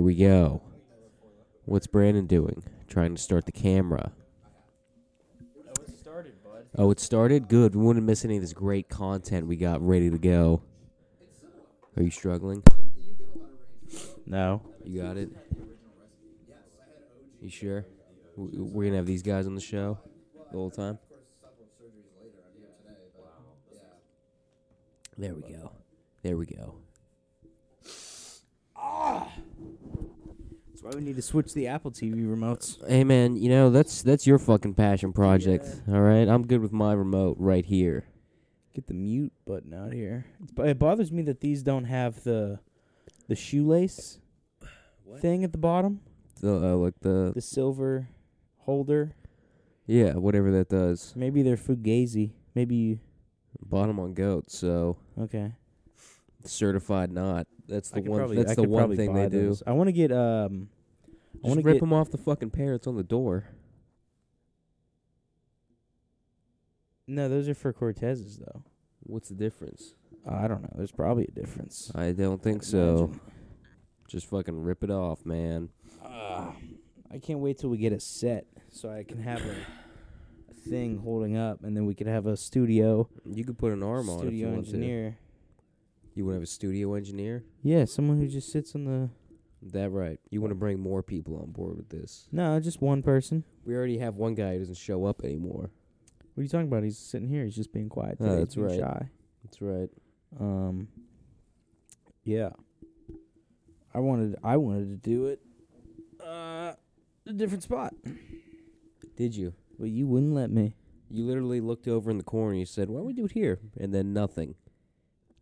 we go. What's Brandon doing? Trying to start the camera. Oh, it started, bud. Oh, it started? Good. We wouldn't miss any of this great content we got ready to go. Are you struggling? No. You got it? You sure? W- We're going to have these guys on the show the whole time? There we go. There we go. That's why we need to switch the Apple TV remotes. Hey man, you know that's that's your fucking passion project. All right, I'm good with my remote right here. Get the mute button out here. It's, bo- it bothers me that these don't have the the shoelace thing at the bottom, The uh, like the the silver holder. yeah, whatever that does. Maybe they're fugazi. Maybe you, Bottom on goat, so okay. certified not. That's the I could one. probably- I that's the could one probably thing buy they those. I want to get do. um. I want Just to rip get. them off the fucking pair. It's on the door. No, those are for Cortezes though. What's the difference? I don't know. There's probably a difference. I don't think so. Just fucking rip it off, man. Ah, I can't wait till we get a set so I can have a, a thing holding up, and then we could have a studio You could put an arm on it if you studio want engineer. to. You want to have a studio engineer? Yeah, someone who just sits on the That right. You want to bring more people on board with this. no, just one person. We already have one guy who doesn't show up anymore. What are you talking about? He's sitting here. He's just being quiet. Oh, Today. He's that's being right. Shy. That's right. Um. Yeah. I wanted. I wanted to do it. Uh, a different spot. Did you? But you wouldn't let me. You literally looked over in the corner. and You said, "Why don't we do it here?" And then nothing.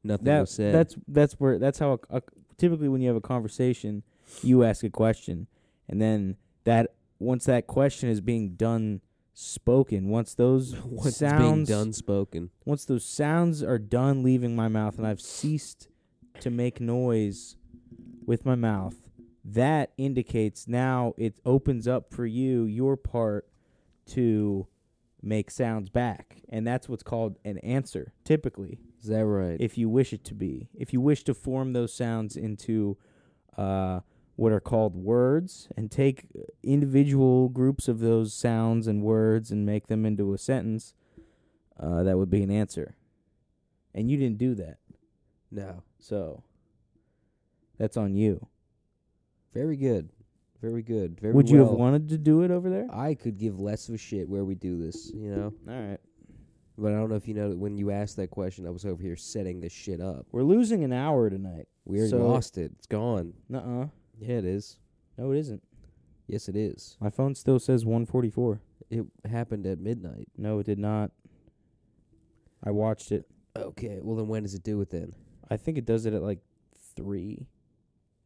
Nothing was said. That's that's where that's how a, a, typically when you have a conversation, you ask a question, and then that once that question is being done spoken, once those Once it's sounds being done spoken. once those sounds are done leaving my mouth, and I've ceased to make noise with my mouth, that indicates now it opens up for you your part to make sounds back, and that's what's called an answer typically Is that right? if you wish it to be. If you wish to form those sounds into uh, what are called words and take individual groups of those sounds and words and make them into a sentence, uh, that would be an answer. And you didn't do that. Oh. no. So that's on you. Very good. Very good. Very. would you have well. wanted to do it over there? I could give less of a shit where we do this, you know. All right. But I don't know if you know that when you asked that question, I was over here setting this shit up. We're losing an hour tonight. We already So- lost it. It's gone. Nuh uh. Yeah, it is. No, it isn't. Yes, it is. My phone still says 144. It happened at midnight. No, it did not. I watched it. Okay. Well, then when does it do it then? I think it does it at like three.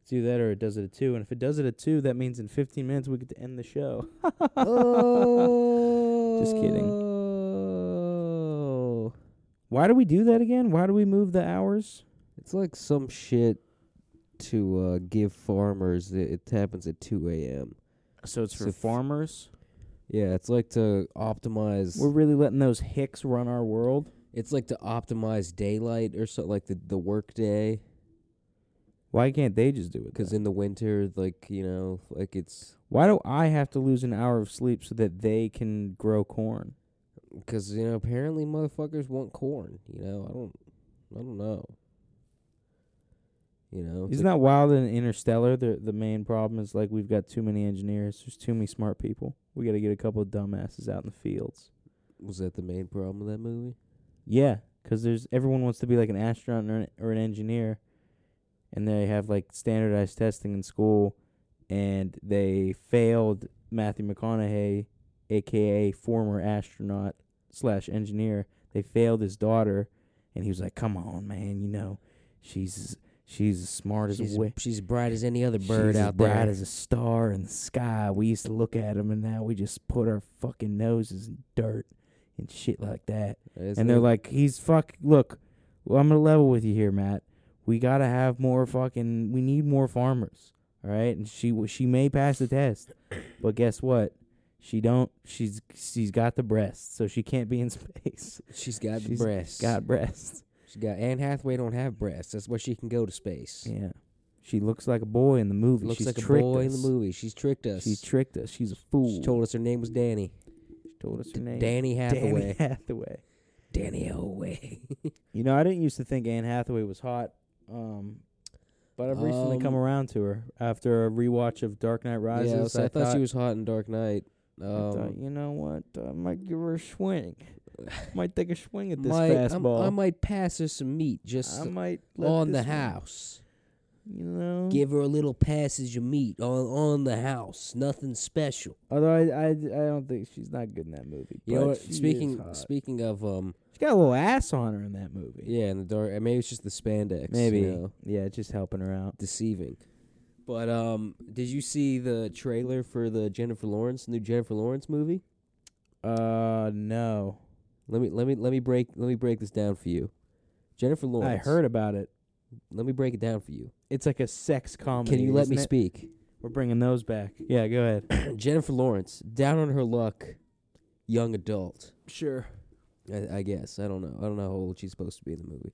It's either that or it does it at two. And if it does it at two, that means in fifteen minutes we get to end the show. Just kidding. Oh. Why do we do that again? Why do we move the hours? It's like some shit to uh, give farmers. It, it happens at 2 a.m. So it's for farmers. Yeah, it's like to optimize. We're really letting those hicks run our world. it's like to optimize daylight or something like the the work day. Why can't they just do it? Because then? in the winter, like you know, like it's why do I have to lose an hour of sleep so that they can grow corn? because you know apparently motherfuckers want corn. You know, I don't, I don't know. You know, it's Isn't like- that wild in Interstellar? The the main problem is like we've got too many engineers. There's too many smart people. We got to get a couple of dumbasses out in the fields. was that the main problem of that movie? Yeah, 'cause there's everyone wants to be like an astronaut or an, or an engineer, and they have like standardized testing in school, and they failed Matthew McConaughey, aka former astronaut slash engineer. They failed his daughter, and he was like, "Come on, man, you know, she's she's as smart as a witch." she's bright as any other She's as bright as a star in the sky. We used to look at 'em and now we just put our fucking noses in dirt and shit like that and they're like, he's fuck. Look, well, I'm gonna level with you here, Matt. We gotta have more fucking. We need more farmers. All right, and she w- she may pass the test, but guess what? She don't. She's she's got the breasts, so she can't be in space. she's got she's the breasts. Got breasts. She got Anne Hathaway don't have breasts. That's why she can go to space. Yeah. She looks like a boy in the movie. Looks She's like a tricked boy us. in the movie. She's tricked us. She tricked us. She's a fool. She told us her name was Danny. She told us her name. Danny Danny Hathaway. Hathaway. Danny Hathaway. You know, I didn't used to think Anne Hathaway was hot, um, but I've recently come Um, around to her after a rewatch of Dark Knight Rises. yeah, so I, thought, she was hot in Dark Knight. I thought, Um, you know what? uh, I might give her a swing. might take a swing at this might- I'm- fastball. I might pass her some meat just I might let on the this one, Mm-hmm. house. You know, Give her a little passage of meat on on the house. Nothing special. although I, I, I don't think she's not good in that movie. You but know what? she is Speaking hot. speaking of um She's got a little ass on her in that movie. yeah, in the dark maybe it's just the spandex. you Maybe. know, Yeah, just helping her out. deceiving. But um did you see the trailer for the Jennifer Lawrence new Jennifer Lawrence movie? Uh, no. Let me let me let me break let me break this down for you. Jennifer I Lawrence. heard about it. Let me break it down for you. It's like a sex comedy. Can you let isn't me it? speak? We're bringing those back. Yeah, go ahead. Jennifer Lawrence, down on her luck, young adult. sure. I, I guess I don't know. I don't know how old she's supposed to be in the movie,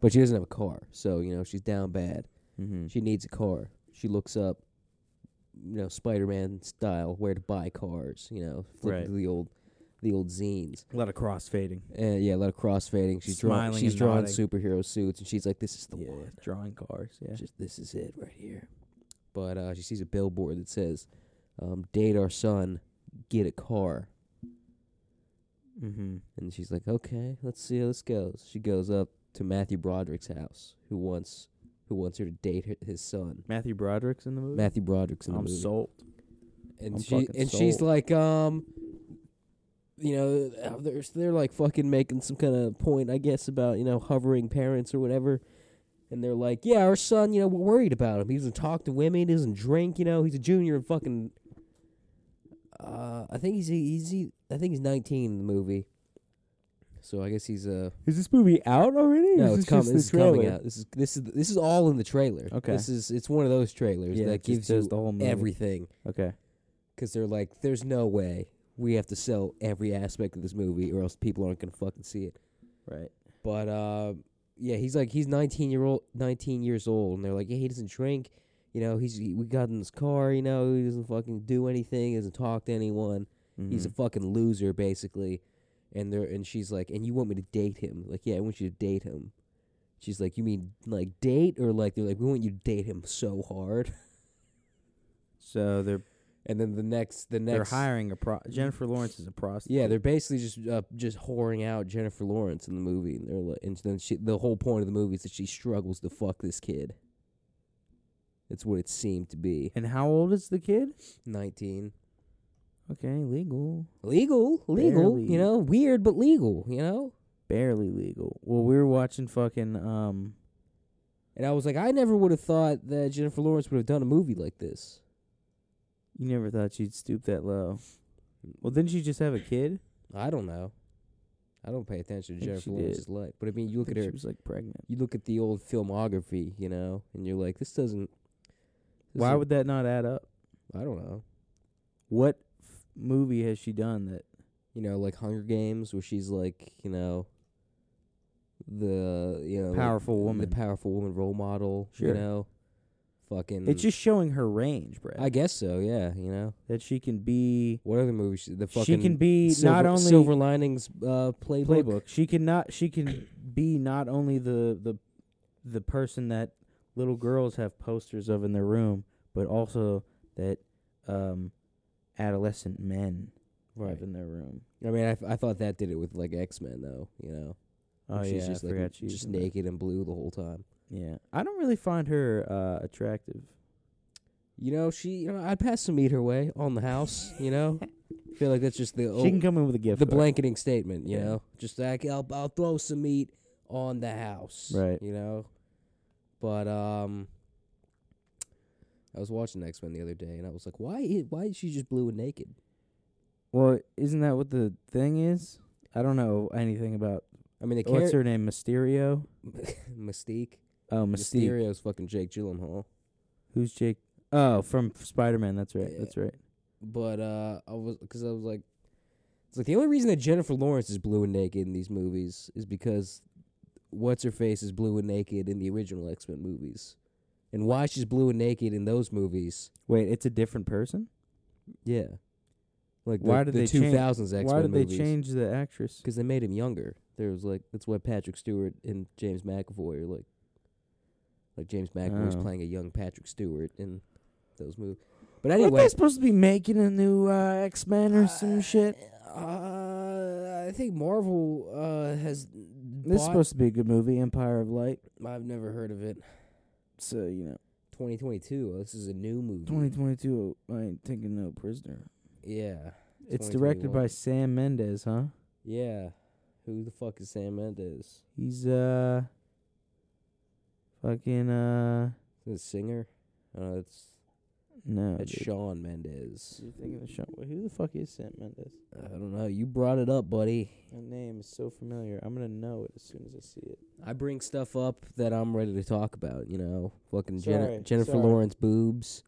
but she doesn't have a car, so you know she's down bad. Mm-hmm. She needs a car. She looks up, you know, Spider-Man style, where to buy cars. You know, flip Right. through the old, the old zines. A lot of cross fading. And yeah, a lot of crossfading. She's drawing. Smiling She's and drawing nodding. superhero suits, and she's like, "This is the yeah, one. drawing cars. Yeah. Just this is it right here." But uh, she sees a billboard that says, um, "Date our son, get a car." Mm-hmm. And she's like, "Okay, let's see how this goes." She goes up to Matthew Broderick's house, who wants who wants her to date her, his son. Matthew Broderick's in the movie. Matthew Broderick's in the I'm movie, sold. and I'm she fucking and she's sold. like, um, you know, uh, they're they're like fucking making some kind of point, I guess, about you know hovering parents or whatever. And they're like, "Yeah, our son, you know, we're worried about him. He doesn't talk to women. He doesn't drink. You know, he's a junior in fucking." Uh, I think he's he's he, I think he's 19 in the movie. So I guess he's uh Is this movie out already? No, it's coming. This is coming out. This is this is this is all in the trailer. Okay. This is it's one of those trailers Yeah, that gives us you the whole movie. everything Okay. because they're like, there's no way we have to sell every aspect of this movie or else people aren't gonna fucking see it. Right. But uh, yeah, he's like he's 19 year old, 19 years old, and they're like, yeah, he doesn't drink. You know, he's he, we got in his car. You know, he doesn't fucking do anything. He doesn't talk to anyone. Mm-hmm. He's a fucking loser, basically. And they're and she's like, and you want me to date him? Like, yeah, I want you to date him. She's like, you mean like date or like they're like, we want you to date him so hard. so they're And then the next, the they're next, hiring a pro. Jennifer Lawrence is a prostitute. yeah, they're basically just uh, just whoring out Jennifer Lawrence in the movie. And they're like, and then she, the whole point of the movie is that she struggles to fuck this kid. That's what it seemed to be. And how old is the kid? Nineteen, Okay, legal. legal, legal. Barely. You know, weird but legal. You know. Barely legal. Well, we were watching fucking um. And I was like, I never would have thought that Jennifer Lawrence would have done a movie like this. You never thought she'd stoop that low. Well, didn't she just have a kid? I don't know. I don't pay attention to Think Jennifer she Lawrence's did. life. But I mean, you look I at think She her, was like pregnant. you look at the old filmography, you know, and you're like, this doesn't. this Why is- would that not add up? I don't know? What f- movie has she done that? You know, like Hunger Games, where she's like, you know, the you know like, Powerful woman. the powerful woman role model. You Sure. know, fucking. It's just showing her range, Brad. Mm. I guess so. Yeah, you know. that she can be. What other movies? The fucking. She can be Silver, not only Silver Linings uh, playbook. playbook. She can not. She can be not only the the the person that little girls have posters of in their room, but also that um adolescent men Right. have in their room. I mean, I, f- I thought that did it with like X Men though, you know. Oh she's yeah, just I like forgot she was just in that. naked and blue the whole time. Yeah, I don't really find her uh attractive. You know, she you know I'd pass some meat her way on the house. You know, I feel like that's just the she can old, come in with a gift. the card. blanketing statement. You Yeah. know, just like I'll, I'll throw some meat on the house. Right. You know, but um, I was watching X Men the other day and I was like, why is, why is she just blue and naked? Well, isn't that what the thing is? I don't know anything about I mean, the what's character her name, Mysterio. Mystique, Oh, Mystique. Mysterio's fucking Jake Gyllenhaal. Who's Jake? Oh, from Spider Man. That's right. Yeah. That's right. but uh, I was because I was like, it's like the only reason that Jennifer Lawrence is blue and naked in these movies is because what's her face is blue and naked in the original X Men movies, and why she's blue and naked in those movies. Wait, it's a different person. Yeah, like the, Why did the they change- two thousands X Why Men did movies? they change the actress? Because they made him younger. There was like that's why Patrick Stewart and James McAvoy are like, like James McAvoy's Oh. playing a young Patrick Stewart in those movies. But Anyway. anyway, they supposed to be making a new uh, X Men or some shit? Uh, I think Marvel uh, has. This is supposed to be a good movie, Empire of Light. I've never heard of it. So you know, 2022. This is a new movie. 2022. I ain't taking no prisoner. Yeah. It's directed 2021. by Sam Mendes, huh? Yeah. Who the fuck is Sam Mendes? He's uh, fucking uh, The singer? Uh, that's no. that's dude. Sean Mendes. You're thinking of Sean. Wait, who the fuck is Sam Mendes? I don't know. You brought it up, buddy. That name is so familiar. I'm gonna know it as soon as I see it. I bring stuff up that I'm ready to talk about. You know, fucking Jenna- Sorry, Jennifer sorry. Lawrence boobs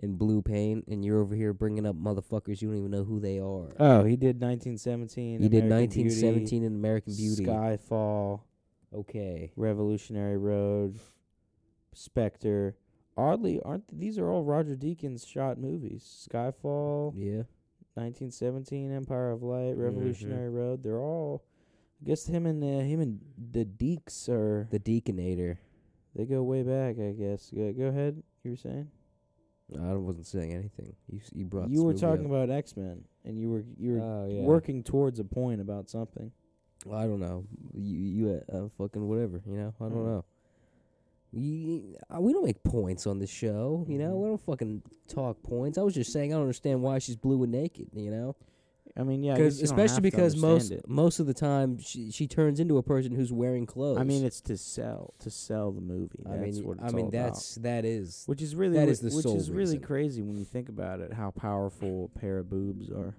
and blue paint, and you're over here bringing up motherfuckers you don't even know who they are. Oh, he did 1917. you did American 1917 Beauty, in American Beauty. Skyfall. Okay. Revolutionary Road, Spectre. Oddly, aren't th- these are all Roger Deakins shot movies? Skyfall, Yeah. 1917, Empire of Light, Mm-hmm. Revolutionary Road. They're all. I guess him and uh, him and the Deeks are. The Deaconator. They go way back, I guess. Go, go ahead. You were saying I wasn't saying anything. You s- you brought. you were talking about X Men, and you were you were Oh, yeah. working towards a point about something. I don't know. You you uh, uh, fucking whatever. You know. I don't Mm. know. You, uh, we don't make points on this show. You know. Mhm. We don't fucking talk points. I was just saying I don't understand why she's blue and naked. You know. I mean, yeah, I Because guess you don't especially have to because most understand it. most of the time she she turns into a person who's wearing clothes. I mean, it's to sell to sell the movie. I That's mean, what it's I mean all about. that's that is Which is really That whi- is the which sole is really reason. crazy when you think about it, how powerful a pair of boobs are.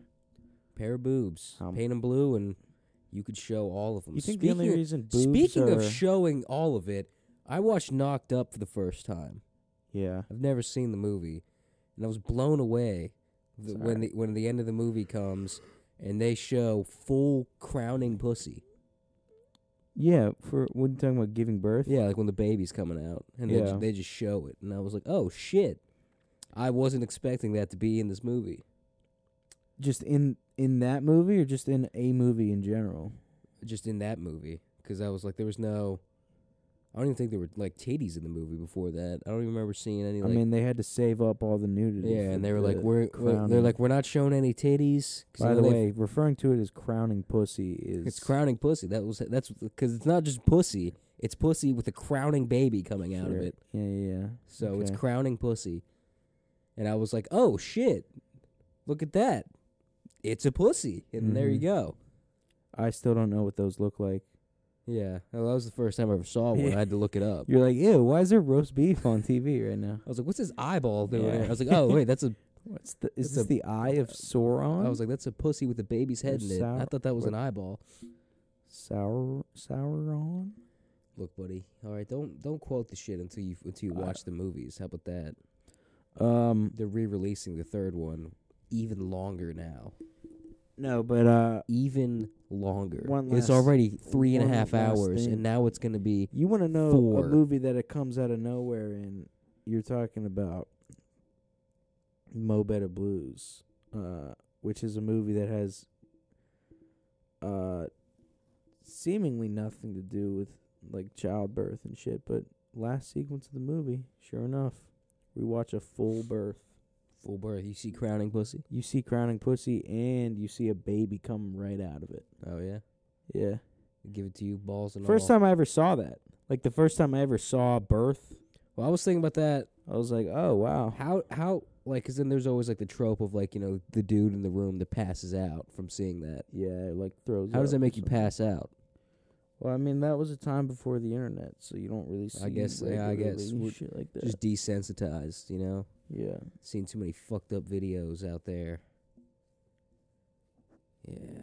pair of boobs, Um, paint 'em blue, and you could show all of them. You think the only reason boobs speaking are- of showing all of it, I watched Knocked Up for the first time. yeah, I've never seen the movie, and I was blown away th- It's when the alright. when the end of the movie comes and they show full crowning pussy. yeah, for when you're talking about giving birth, Yeah, like when the baby's coming out, and they, Yeah. ju- they just show it, and I was like, oh shit. I wasn't expecting that to be in this movie. just in in that movie or just in a movie in general. just in that movie because I was like, there was no. I don't even think there were like titties in the movie before that. I don't even remember seeing any. I Like, mean, they had to save up all the nudity. yeah, for and they were like, the we're, we're they're crowning. like, we're not showing any titties. 'cause, By you the know, they- way, referring to it as crowning pussy is it's crowning pussy. That was that's because it's not just pussy. It's pussy with a crowning baby coming out of Sure. it. Yeah, yeah, yeah. So it's Okay. crowning pussy, and I was like, oh shit, look at that, it's a pussy, and there you Mhm. go. I still don't know what those look like. Yeah, well, that was the first time I ever saw one. I had to look it up. You're like, ew, why is there roast beef on TV right now? I was like, what's his eyeball doing Yeah. there? I was like, oh wait, that's a What's the, is It's this a- the eye of Sauron? I was like, that's a pussy with a baby's head Or in it. I sour- thought that was what- an eyeball. Sour Sauron? Look, buddy. All right, don't don't quote the shit until you until you I- watch the movies. How about that? Um They're re-releasing the third one even longer now. no, but uh Even longer. One it's last- already three and a one half last hours, thing. and now it's gonna be you want to know Four. a movie that it comes out of nowhere and you're talking about Mo Better Blues, uh which is a movie that has uh seemingly nothing to do with like childbirth and shit, but last sequence of the movie, sure enough, we watch a full birth. full birth. You see crowning pussy? You see crowning pussy and you see a baby come right out of it. Oh yeah. Yeah. Give it to you, balls and First all. time I ever saw that. Like the first time I ever saw birth, Well, I was thinking about that. I was like, "Oh wow." How how like? Cause then there's always like the trope of like you know the dude in the room that passes out from seeing that. Yeah, it, like throws. How does up that or make you something. pass out? Well, I mean, that was a time before the internet, so you don't really see. I guess- yeah, I guess regularly we're shit like that. just desensitized, you know? yeah. Seen too many fucked up videos out there. Yeah.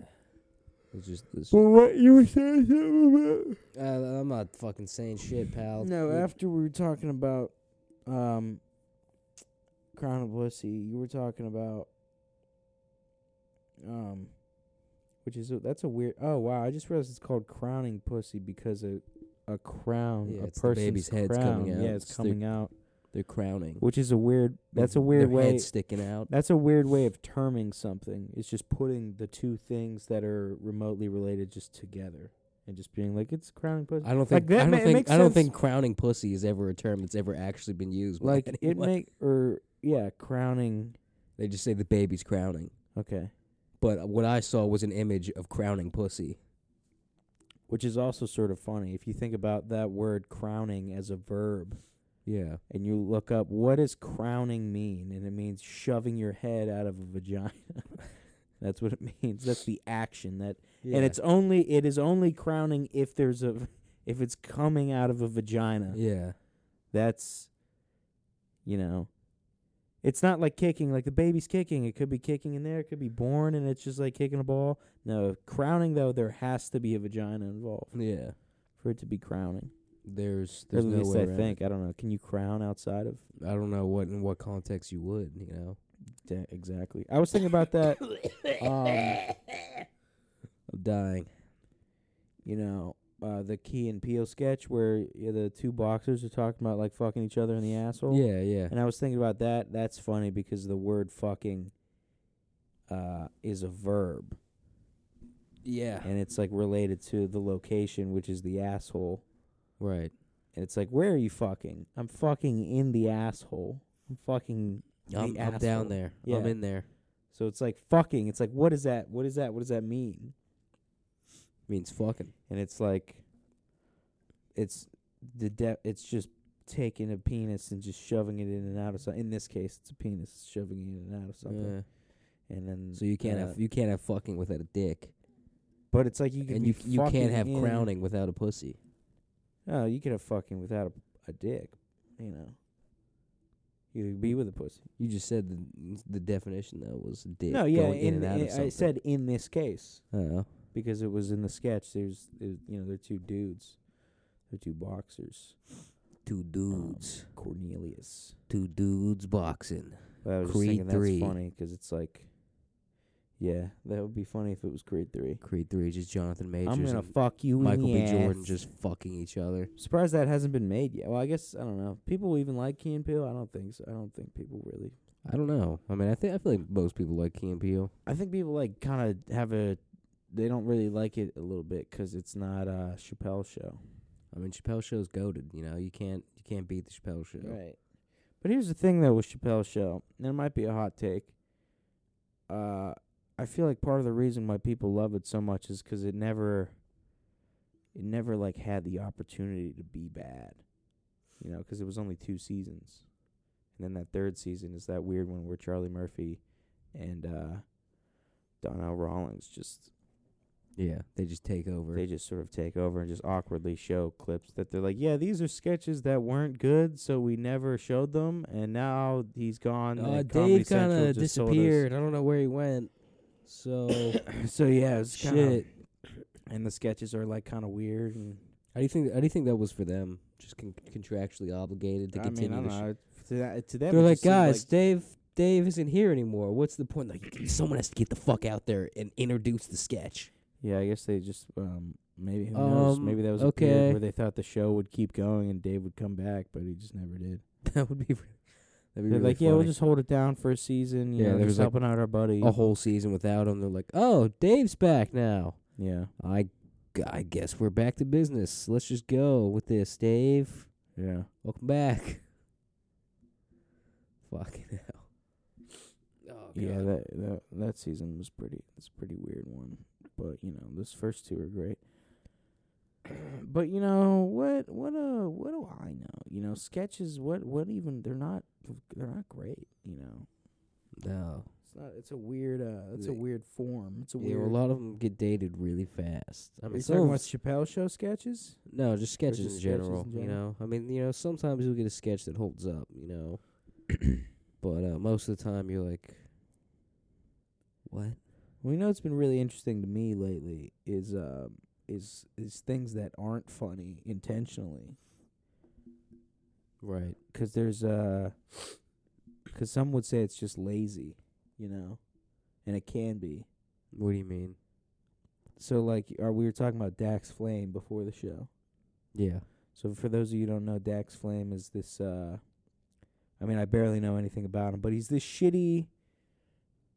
It's just this. Uh, what you were saying something I'm not fucking saying shit, pal. No, Look, after we were talking about, um, Crown of Pussy, you were talking about, um, which is a, that's a weird. Oh wow, I just realized it's called crowning pussy because a a crown, Yeah, a it's the person's baby's head's crown, coming out. Yeah, it's, It's the- coming out. They're crowning. which is a weird. That's a Mhm. weird Their way. Head sticking out. That's a weird way of terming something. It's just putting the two things that are remotely related just together and just being like it's crowning pussy. I don't Like, think. that I ma- don't it think. makes I don't sense. think crowning pussy is ever a term that's ever actually been used. by Like it anyone. make or yeah, crowning. They just say the baby's crowning. Okay, But what I saw was an image of crowning pussy. which is also sort of funny if you think about that word crowning as a verb Yeah. and you look up what does crowning mean and it means shoving your head out of a vagina. That's what it means. That's the action that yeah. and it's only it is only crowning if there's a if it's coming out of a vagina. Yeah. That's you know it's not like kicking like the baby's kicking. It could be kicking in there, it could be born and it's just like kicking a ball. No, crowning though there has to be a vagina involved Yeah. for it to be crowning. There's Or there's at no least way I around think. I don't know. Can you crown outside of it. I don't know what in what context you would, you know. Da- exactly. I was thinking about that um I'm dying. you know, uh, the Key and Peel sketch where yeah, the two boxers are talking about like fucking each other in the asshole. Yeah, yeah. And I was thinking about that. That's funny because the word fucking uh, is a verb. Yeah. And it's like related to the location, which is the asshole. Right. And it's like, where are you fucking? I'm fucking in the asshole. I'm fucking. the I'm, I'm asshole. down there. Yeah. I'm in there. So it's like fucking. It's like, what is that? What is that? What does that mean? Means fucking. and it's like it's the de- it's just taking a penis and just shoving it in and out of something. In this case, it's a penis it's shoving it in and out of something, Yeah. and then So you can't uh, have you can't have fucking without a dick, But it's like you can and be you c- you fucking can't have in- crowning without a pussy. No, you can have fucking without a, a dick. You know, you could be with a pussy. You just said the the definition though was dick. no, yeah, going in, in, and out in- of something. I said in this case Oh, because it was in the sketch. There's, there's you know, they're two dudes, they're two boxers, two um, dudes, Cornelius. two dudes boxing. But I was Creed just thinking three. that's funny 'cause it's like, yeah, that would be funny if it was Creed three. Creed three, just Jonathan Majors. I'm gonna and fuck you, in Michael the B. Jordan ass. just fucking each other. surprised that hasn't been made yet. Well, I guess I don't know. People even like Key and Peele. I don't think so. I don't think people really. I don't know. I mean, I think I feel like most people like Key and Peele. I think people like kind of have a. They don't really like it a little bit 'cause it's not a Chappelle show. I mean, Chappelle show's goaded. You know, you can't you can't beat the Chappelle show. Right. But here's the thing though with Chappelle's show, and it might be a hot take. Uh I feel like part of the reason why people love it so much is 'cause it never it never like had the opportunity to be bad. You know, 'cause it was only two seasons. And then that third season is that weird one where Charlie Murphy and uh Donnell Rawlings just Yeah, they just take over. they just sort of take over and just awkwardly show clips that they're like, yeah, these are sketches that weren't good, so we never showed them, and now he's gone. uh, and Comedy Dave kind Central of just sold us- disappeared. I don't know where he went. So so yeah, it's kind of. shit. And the sketches are like kind of weird. And How do you think? How do you think that was for them? Just con- contractually obligated to I mean, continue. I don't the sh- know. To, that, to them, They're it like, just seemed guys, Dave. Dave isn't here anymore. What's the point? Like, someone has to get the fuck out there and introduce the sketch. yeah, I guess they just um maybe who knows? Um, Maybe that was a period okay. where they thought the show would keep going and Dave would come back, but he just never did. That would be. re- That'd be They're really like, yeah, we'll funny. just hold it down for a season. You Yeah, know, there was, just like, helping out our buddy. a whole season without him. They're like, oh, Dave's back now. yeah, I, I guess we're back to business. Let's just go with this, Dave. yeah. Welcome back. Fucking hell. Oh, Yeah, God. that, that that season was pretty. It's a pretty weird one, but you know those first two are great. but you know what? What uh? What do I know? You know sketches. What what even? They're not. They're not great. You know, no. it's not. It's a weird. Uh, it's a They- weird form. It's a Yeah, weird. well, a lot of them get dated really fast. I Are mean, you some talking of about 'em's- Chappelle show sketches? no, just sketches, just in, sketches general, in You general? know, I mean, you know, sometimes you'll get a sketch that holds up. You know, but uh, most of the time you're like, what? Well, you know what's been really interesting to me lately is um is is things that aren't funny intentionally. Right. because there's uh 'cause some would say it's just lazy, you know, and it can be. What do you mean? So like, or we were talking about Dax Flame before the show. Yeah. So for those of you who don't know, Dax Flame is this uh I mean, I barely know anything about him, but he's this shitty.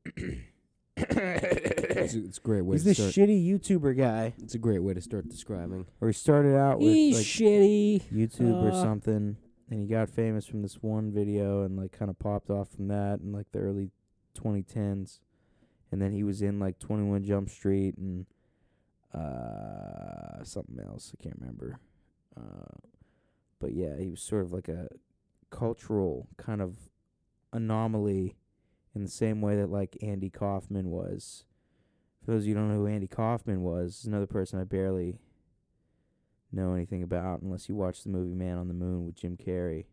It's, he's a- it's a great way to this start. shitty YouTuber guy, it's a great way to start describing. or he started out with He's like shitty. YouTube or Uh, something, and he got famous from this one video, and like kind of popped off from that in like the early 2010s, and then he was in like 21 Jump Street and uh something else I can't remember, uh, but yeah, he was sort of like a cultural kind of anomaly in the same way that like Andy Kaufman was. For those of you who don't know who Andy Kaufman was, another person I barely know anything about unless you watch the movie Man on the Moon with Jim Carrey,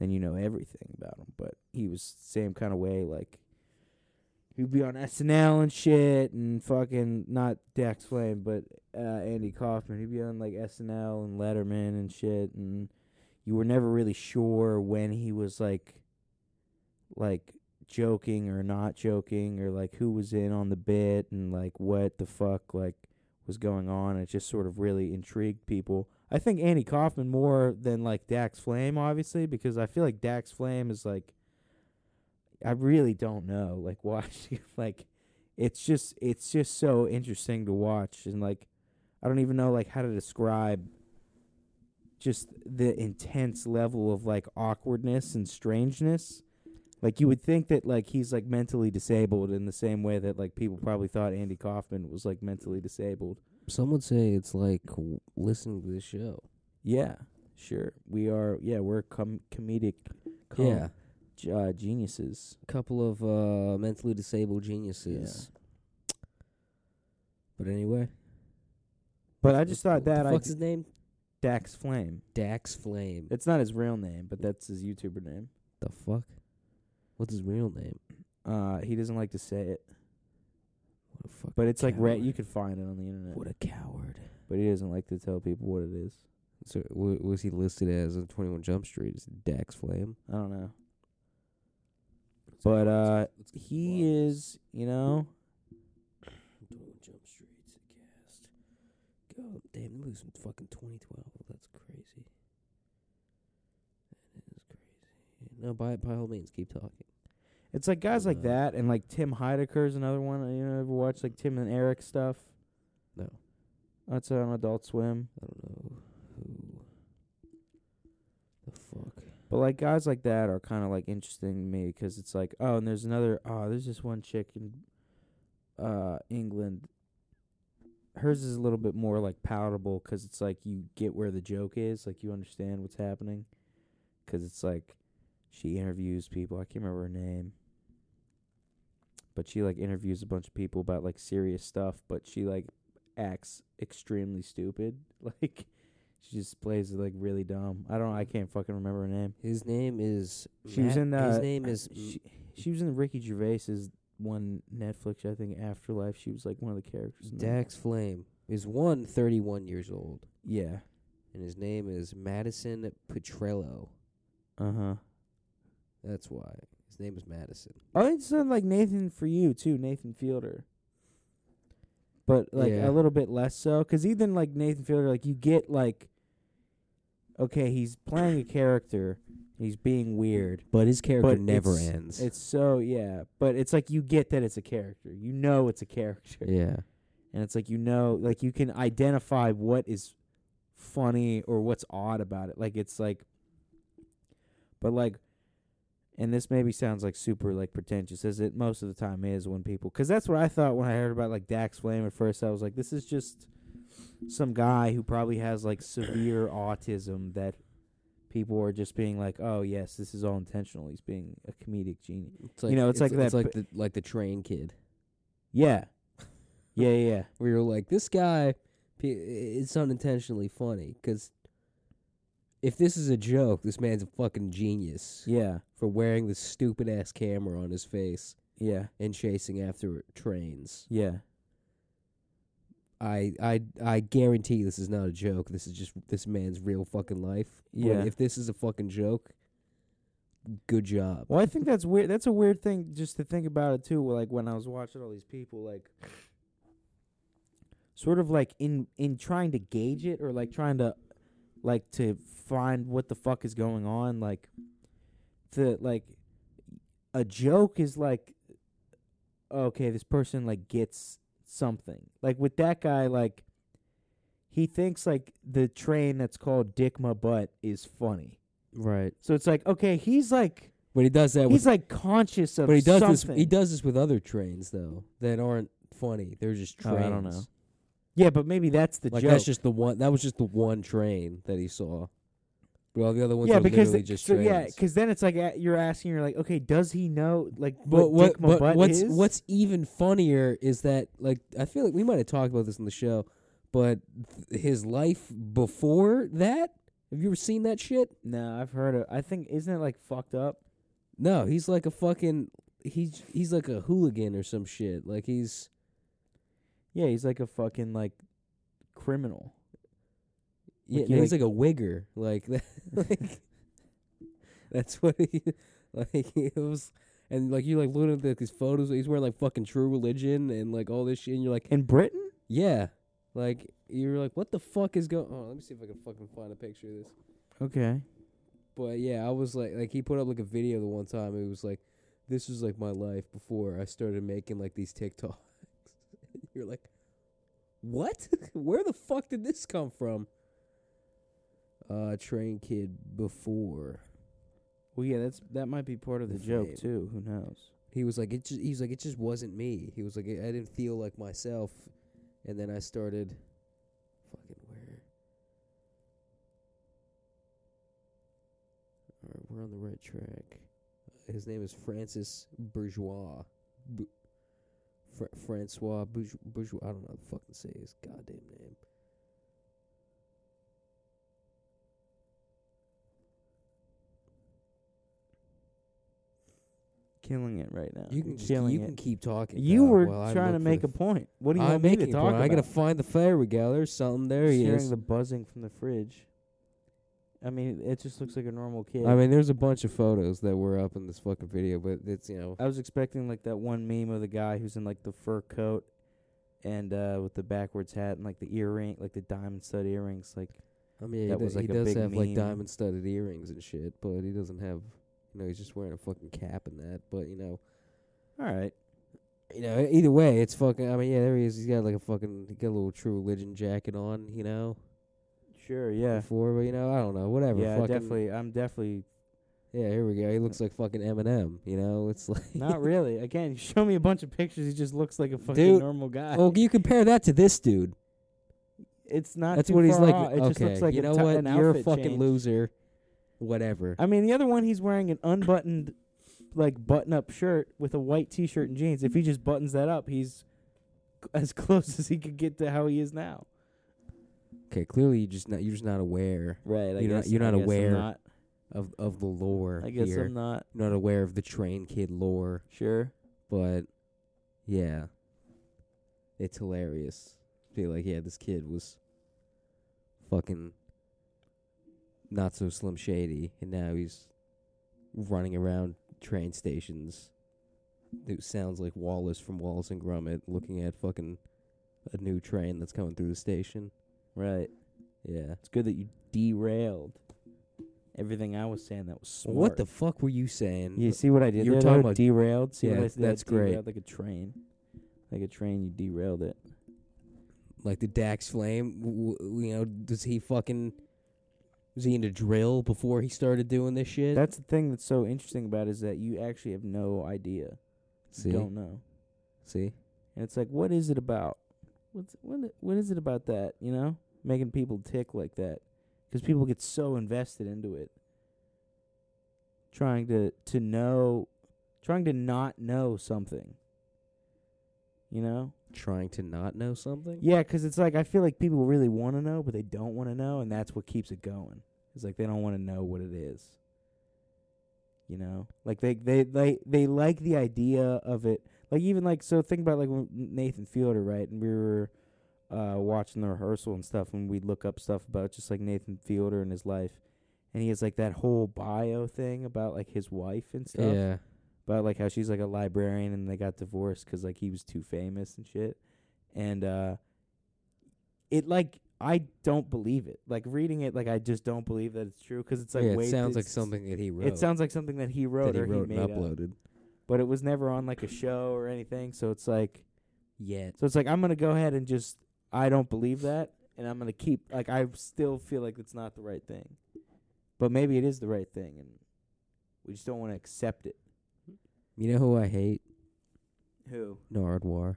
then you know everything about him. But he was same kind of way, like he'd be on SNL and shit, and fucking not Dax Flame, but uh, Andy Kaufman. He'd be on like SNL and Letterman and shit, and you were never really sure when he was like, like joking or not joking, or like who was in on the bit, and like what the fuck, like was going on. It just sort of really intrigued people. I think Andy Kaufman more than like Dax Flame, obviously, because I feel like Dax Flame is like I really don't know. Like watching like it's just it's just so interesting to watch and like I don't even know like how to describe just the intense level of like awkwardness and strangeness. Like you would think that like he's like mentally disabled in the same way that like people probably thought Andy Kaufman was like mentally disabled. Some would say it's like w- listening to this show. Yeah, sure. We are yeah, we're com- comedic com- Yeah, g- uh, geniuses. couple of uh, mentally disabled geniuses. But anyway, But I just thought what that the I fuck's his name? Dax Flame. Dax Flame. That's not his real name, but that's his YouTuber name. The fuck? What's his real name? Uh he doesn't like to say it, What a fuck. but it's like coward. re- you could find it on the internet. What a coward. But he doesn't like to tell people what it is. So w- was he listed as on Twenty One Jump Street? Is Dax Flame? I don't know. But uh he is, you know, Twenty One Jump Street. Cast. God damn, the movie's from fucking 2012. That's crazy. That is crazy. No, by by all means, keep talking. It's like guys like Uh, that, and like Tim Heidecker is another one. You know, ever watch like Tim and Eric stuff? No. That's on Adult Swim. I don't know who. The fuck. But like guys like that are kind of like interesting to me 'cause it's like, oh, and there's another, oh, there's this one chick in uh, England. Hers is a little bit more like palatable 'cause it's like you get where the joke is, like you understand what's happening. 'Cause it's like she interviews people. I can't remember her name, but she like interviews a bunch of people about like serious stuff, but she like acts extremely stupid. Like she just plays like really dumb. I don't. I can't fucking remember her name. His name is. She was Matt- in, uh, His name is. She, she was in Ricky Gervais's one Netflix, I think, Afterlife. She was like one of the characters. in that. Dax Flame. Is one thirty-one years old, Yeah. and his name is Madison Petrello. Uh huh. Uh-huh. That's why his name is Madison. I think it sounded like Nathan for you too, Nathan Fielder. But like Yeah. a little bit less so, 'cause even like Nathan Fielder, like you get like, okay, he's playing a character, he's being weird. But his character But never it's- ends. It's so yeah, but it's like you get that it's a character. You know it's a character. yeah. and it's like you know like you can identify what is funny or what's odd about it like it's like but like and this maybe sounds like super like pretentious as it most of the time is when people because that's what i thought when i heard about like dax flame at first i was like this is just some guy who probably has like severe autism that people are just being like oh yes this is all intentional he's being a comedic genius It's You know, it's like It's that like the like the train kid, yeah yeah yeah, yeah. where you're like, this guy, p- it's unintentionally funny because if this is a joke, this man's a fucking genius yeah for wearing this stupid ass camera on his face yeah and chasing after trains. yeah I I I guarantee this is not a joke. This is just this man's real fucking life. But Yeah. if this is a fucking joke, good job. Well, I think that's weird. That's a weird thing just to think about it too. Like when I was watching all these people, like sort of like in in trying to gauge it or like trying to like to find what the fuck is going on. Like the like a joke is like okay, this person like gets something. Like with that guy, like he thinks like the train that's called Dick My Butt is funny. Right. So it's like okay, he's like But he does that with he's like conscious of but he does something. this he does this with other trains though that aren't funny. They're just Oh, trains. I don't know. yeah, but maybe that's the Like joke. that's just the one that was just the one train that he saw. But all the other ones yeah, are because literally it- just so, trains. yeah, because then it's like uh, you're asking, you're like, okay, does he know like But what, what? Dick my But butt what's is? what's even funnier is that like I feel like we might have talked about this on the show, but th- his life before that. Have you ever seen that shit? No, I've heard of. I think isn't it like fucked up? No, he's like a fucking he's he's like a hooligan or some shit. Like he's Yeah, he's like a fucking like criminal. yeah, Like, you, he's like, a wigger. Like, that, like that's what he like. It was and like you like looking at like, his photos. He's wearing like fucking True Religion and like all this shit. And you're like, In Britain? Yeah. Like you're like, what the fuck is going? Oh, let me see if I can fucking find a picture of this. Okay. But yeah, I was like, like he put up like a video the one time. It was like, this was like my life before I started making like these TikToks. you're like, what? Where the fuck did this come from? Uh, train kid before. Well, yeah, that's that might be part of the If joke it- too. Who knows? he was like it just he was like it just wasn't me he was like i I didn't feel like myself and then i started fucking where all right we're on the right track his name is francis bourgeois Bu- Fra- francois Bourge- bourgeois i don't know how to fucking say his goddamn name Killing it right now. you You're can just, killing you it. can keep talking you pal, were while I trying to look for make the a point. What do you I'm want me making to it, talk bro. about? I gotta find the there we go. There's something. There Just he hearing is. the buzzing from the fridge. I mean, it just looks like a normal kid. I mean, there's a bunch of photos that were up in this fucking video, but it's you know, I was expecting like that one meme of the guy who's in like the fur coat and uh with the backwards hat and like the earring, like the diamond stud earrings. Like, I mean, That he, was, does- he like, a does big have like meme. diamond studded earrings and shit, but he doesn't have, you know, he's just wearing a fucking cap and that. But you know, all right, you know, either way, it's fucking. I mean, yeah, there he is. He's got like a fucking, he got a little True Religion jacket on, you know, sure, yeah, before, but you know, I don't know, whatever. yeah, I fucking, definitely. I'm definitely Yeah, here we go. He looks like fucking Eminem, you know. It's like, not really. Again, you show me a bunch of pictures. He just looks like a fucking Dude, normal guy. well, you compare that to this dude. It's not. That's too what he's far like. off. It okay, just looks like you a know ti- what? an You're a outfit fucking change. loser. Whatever. I mean, the other one he's wearing an unbuttoned, like button-up shirt with a white T-shirt and jeans. If he just buttons that up, he's c- as close as he could get to how he is now. Okay, clearly you just not you're just not aware Right. I You're not- guess- you're I not guess I'm aware not, of of the lore I guess here. I'm not You're not aware of the train kid lore, sure. but yeah, it's hilarious. Feel like yeah, this kid was fucking not so slim shady, and now he's running around train stations. It sounds like Wallace from Wallace and Gromit looking at fucking a new train that's coming through the station. Right. Yeah. It's good that you derailed everything I was saying. That was smart. What the fuck were you saying? you see what I did? You were there, talking though? about- derailed. See what Yeah, I did? I that's great. derailed Like a train. Like a train, you derailed it. like the Dax Flame, w- w- you know, does he fucking was he into drill before he started doing this shit? That's the thing that's so interesting about it is that you actually have no idea. see, Don't know. see, And it's like, what is it about? What's what? i- What is it about that? You know, making people tick like that, because people get so invested into it, trying to to know, trying to not know something. You know, trying to not know something. yeah, 'cause it's like I feel like people really want to know, but they don't want to know, and that's what keeps it going. It's like they don't want to know what it is. You know, like they they they they like the idea of it. Like even like so, think about like when Nathan Fielder, right? And we were uh, watching the rehearsal and stuff, and we'd look up stuff about just like Nathan Fielder and his life, and he has like that whole bio thing about like his wife and stuff yeah, about like how she's like a librarian and they got divorced 'cause like he was too famous and shit. And uh it like I don't believe it. Like reading it, like I just don't believe that it's true because it's like yeah, way it sounds dis- like something that he wrote. It sounds like something that he wrote that he or wrote he and made up, uploaded. but it was never on like a show or anything. So it's like, Yet so it's like I'm gonna go ahead and just I don't believe that, and I'm gonna keep like I still feel like it's not the right thing, but maybe it is the right thing, and we just don't want to accept it. you know who I hate? Who Nardwar.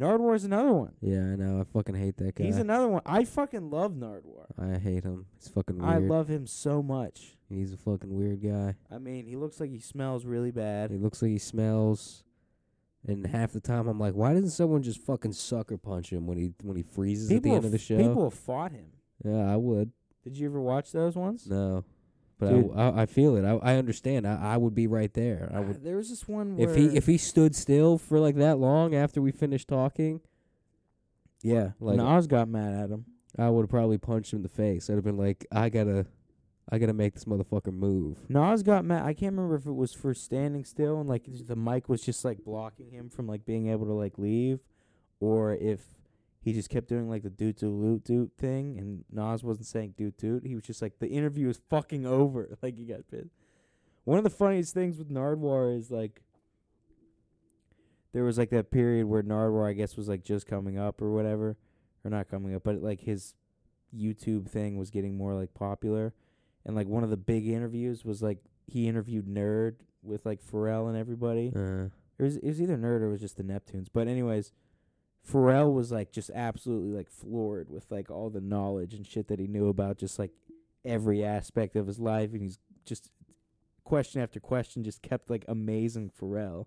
Nardwar's another one. Yeah, I know. I fucking hate that guy. He's another one. I fucking love Nardwar. I hate him. He's fucking weird. I love him so much. He's a fucking weird guy. I mean, he looks like he smells really bad. He looks like he smells. And half the time I'm like, why doesn't someone just fucking sucker punch him when he when he freezes at the end of the have- show? People have fought him. yeah, I would. Did you ever watch those ones? No, but I, Dude. I I feel it. I I understand. I, I would be right there. I Ah, would There was this one where if he if he stood still for like that long after we finished talking, yeah, like- like Nas got mad at him. I would have probably punched him in the face. I'd have been like, I gotta, I gotta make this motherfucker move. Nas got mad. I can't remember if it was for standing still and like the mic was just like blocking him from like being able to like leave, or if he just kept doing like the doot doot loot doot thing and Nas wasn't saying doot doot. He was just like the interview is fucking over. Like he got pissed. One of the funniest things with Nardwar is like there was like that period where Nardwar I guess was like just coming up or whatever, or not coming up, but like his YouTube thing was getting more like popular and like one of the big interviews was like he interviewed Nerd with like Pharrell and everybody. Uh, It was, it was either Nerd or it was just the Neptunes. But anyways, Pharrell was like just absolutely like floored with like all the knowledge and shit that he knew about just like every aspect of his life, and he's just question after question just kept like amazing Pharrell.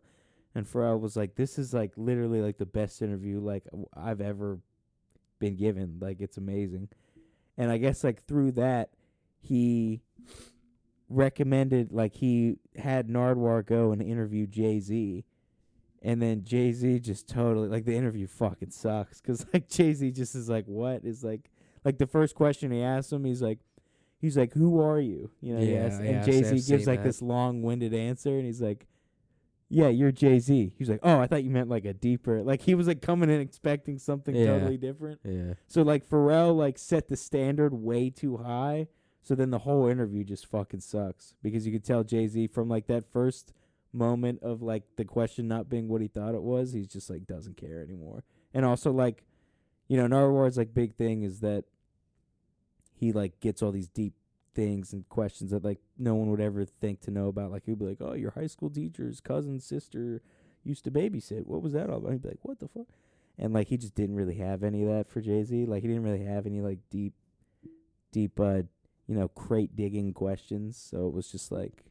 And Pharrell was like, "This is like literally like the best interview like w- I've ever been given. Like it's amazing." And I guess like through that, he recommended like he had Nardwar go and interview Jay Z, and then Jay Z just totally like the interview fucking sucks because like Jay Z just is like, "What is like like the first question he asked him, he's like, he's like, "Who are you?" You know, Yeah, yes. yeah, I've And se- Jay I've Z seen gives like that. this long-winded answer, and he's like. Yeah, you're Jay Z. He's like, oh, I thought you meant like a deeper. Like he was like coming in expecting something Yeah. totally different. yeah, So like Pharrell like set the standard way too high. So then the whole interview just fucking sucks because you could tell Jay Z from like that first moment of like the question not being what he thought it was. He's just like doesn't care anymore. And also like, you know, Narwar's like big thing is that he like gets all these deep things and questions that like no one would ever think to know about. Like he'd be like, "Oh, your high school teacher's cousin sister used to babysit. What was that all about?" He'd be like, "What the fuck?" And like he just didn't really have any of that for Jay Z. Like he didn't really have any like deep, deep, uh, you know, crate digging questions. So it was just like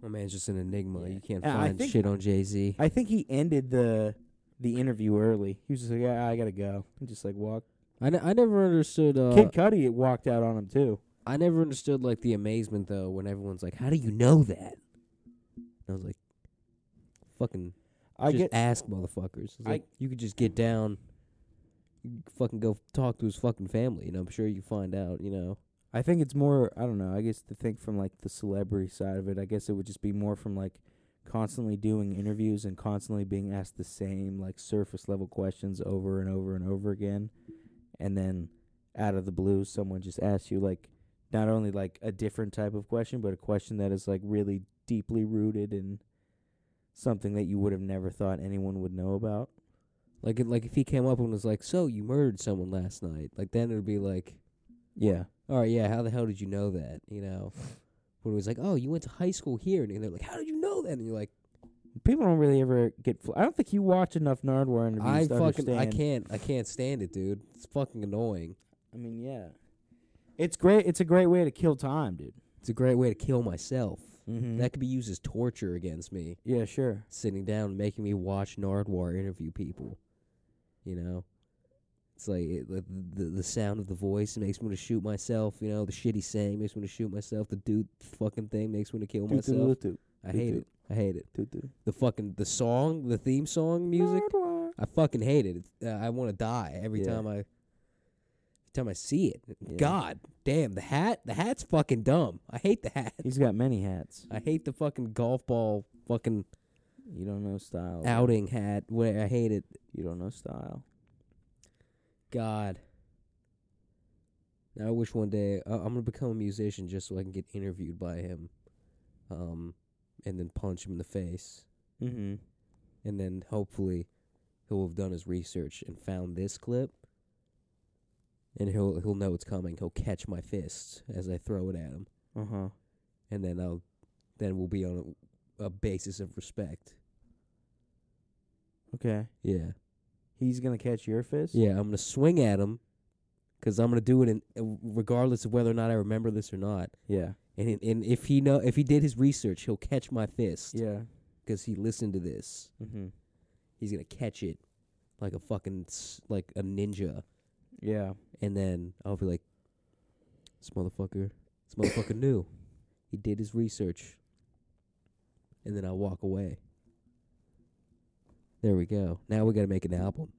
my man's just an enigma. Yeah. You can't And I find think- shit on Jay Z. I think he ended the the interview early. He was just like, "Yeah, I gotta go," and just like walked. I n- I never understood. Uh, Kid Cudi it walked out on him too. I never understood like the amazement though when everyone's like, "How do you know that?" And I was like, "Fucking I just get ask motherfuckers." It's like, you could just get down, you could fucking go talk to his fucking family, and I'm sure you find out. You know, I think it's more. I don't know. I guess to think from like the celebrity side of it, I guess it would just be more from like constantly doing interviews and constantly being asked the same like surface level questions over and over and over again, and then out of the blue, someone just asks you like not only like a different type of question, but a question that is like really deeply rooted in something that you would have never thought anyone would know about. like it- like if he came up and was like, "So you murdered someone last night," like then it'd be like. Yeah. all right, yeah, how the hell did you know that? You know, but it was like, oh, you went to high school here, and they're like, how did you know that? And you're like, People don't really ever get. Fl- I don't think you watch enough Nardwar interviews I to fucking, understand. I can't, I can't stand it, dude. It's fucking annoying. I mean, yeah. It's great. It's a great way to kill time, dude. It's a great way to kill myself. Mm-hmm. That could be used as torture against me. yeah, sure. Sitting down and making me watch Nardwar interview people. You know, it's like it, the, the the sound of the voice makes me want to shoot myself. You know, the shit he's saying makes me want to shoot myself. The dude fucking thing makes me want to kill myself. I hate it. I hate it. The fucking the song, the theme song music. I fucking hate it. It's, uh, I want to die every Yeah. time I every time I see it. Yeah. God damn the hat. The hat's fucking dumb. I hate the hat. He's got many hats. I hate the fucking golf ball fucking You don't know style. bro. outing hat. Where I hate it. You don't know style. God. And I wish one day I- I'm gonna become a musician just so I can get interviewed by him, um, and then punch him in the face, Mm-hmm. and then hopefully he'll have done his research and found this clip, and he'll he'll know it's coming. He'll catch my fist as I throw it at him, Uh huh. and then I'll then we'll be on a, a basis of respect. Okay. Yeah, He's gonna catch your fist. yeah. I'm gonna swing at him because I'm gonna do it in regardless of whether or not I remember this or not. Yeah. And and if he know if he did his research, he'll catch my fist Yeah. because he listened to this. Mm-hmm. He's gonna catch it like a fucking s like a ninja, Yeah. and then I'll be like, "This motherfucker, this motherfucker knew. He did his research." And then I'll walk away. There we go. Now we gotta make an album.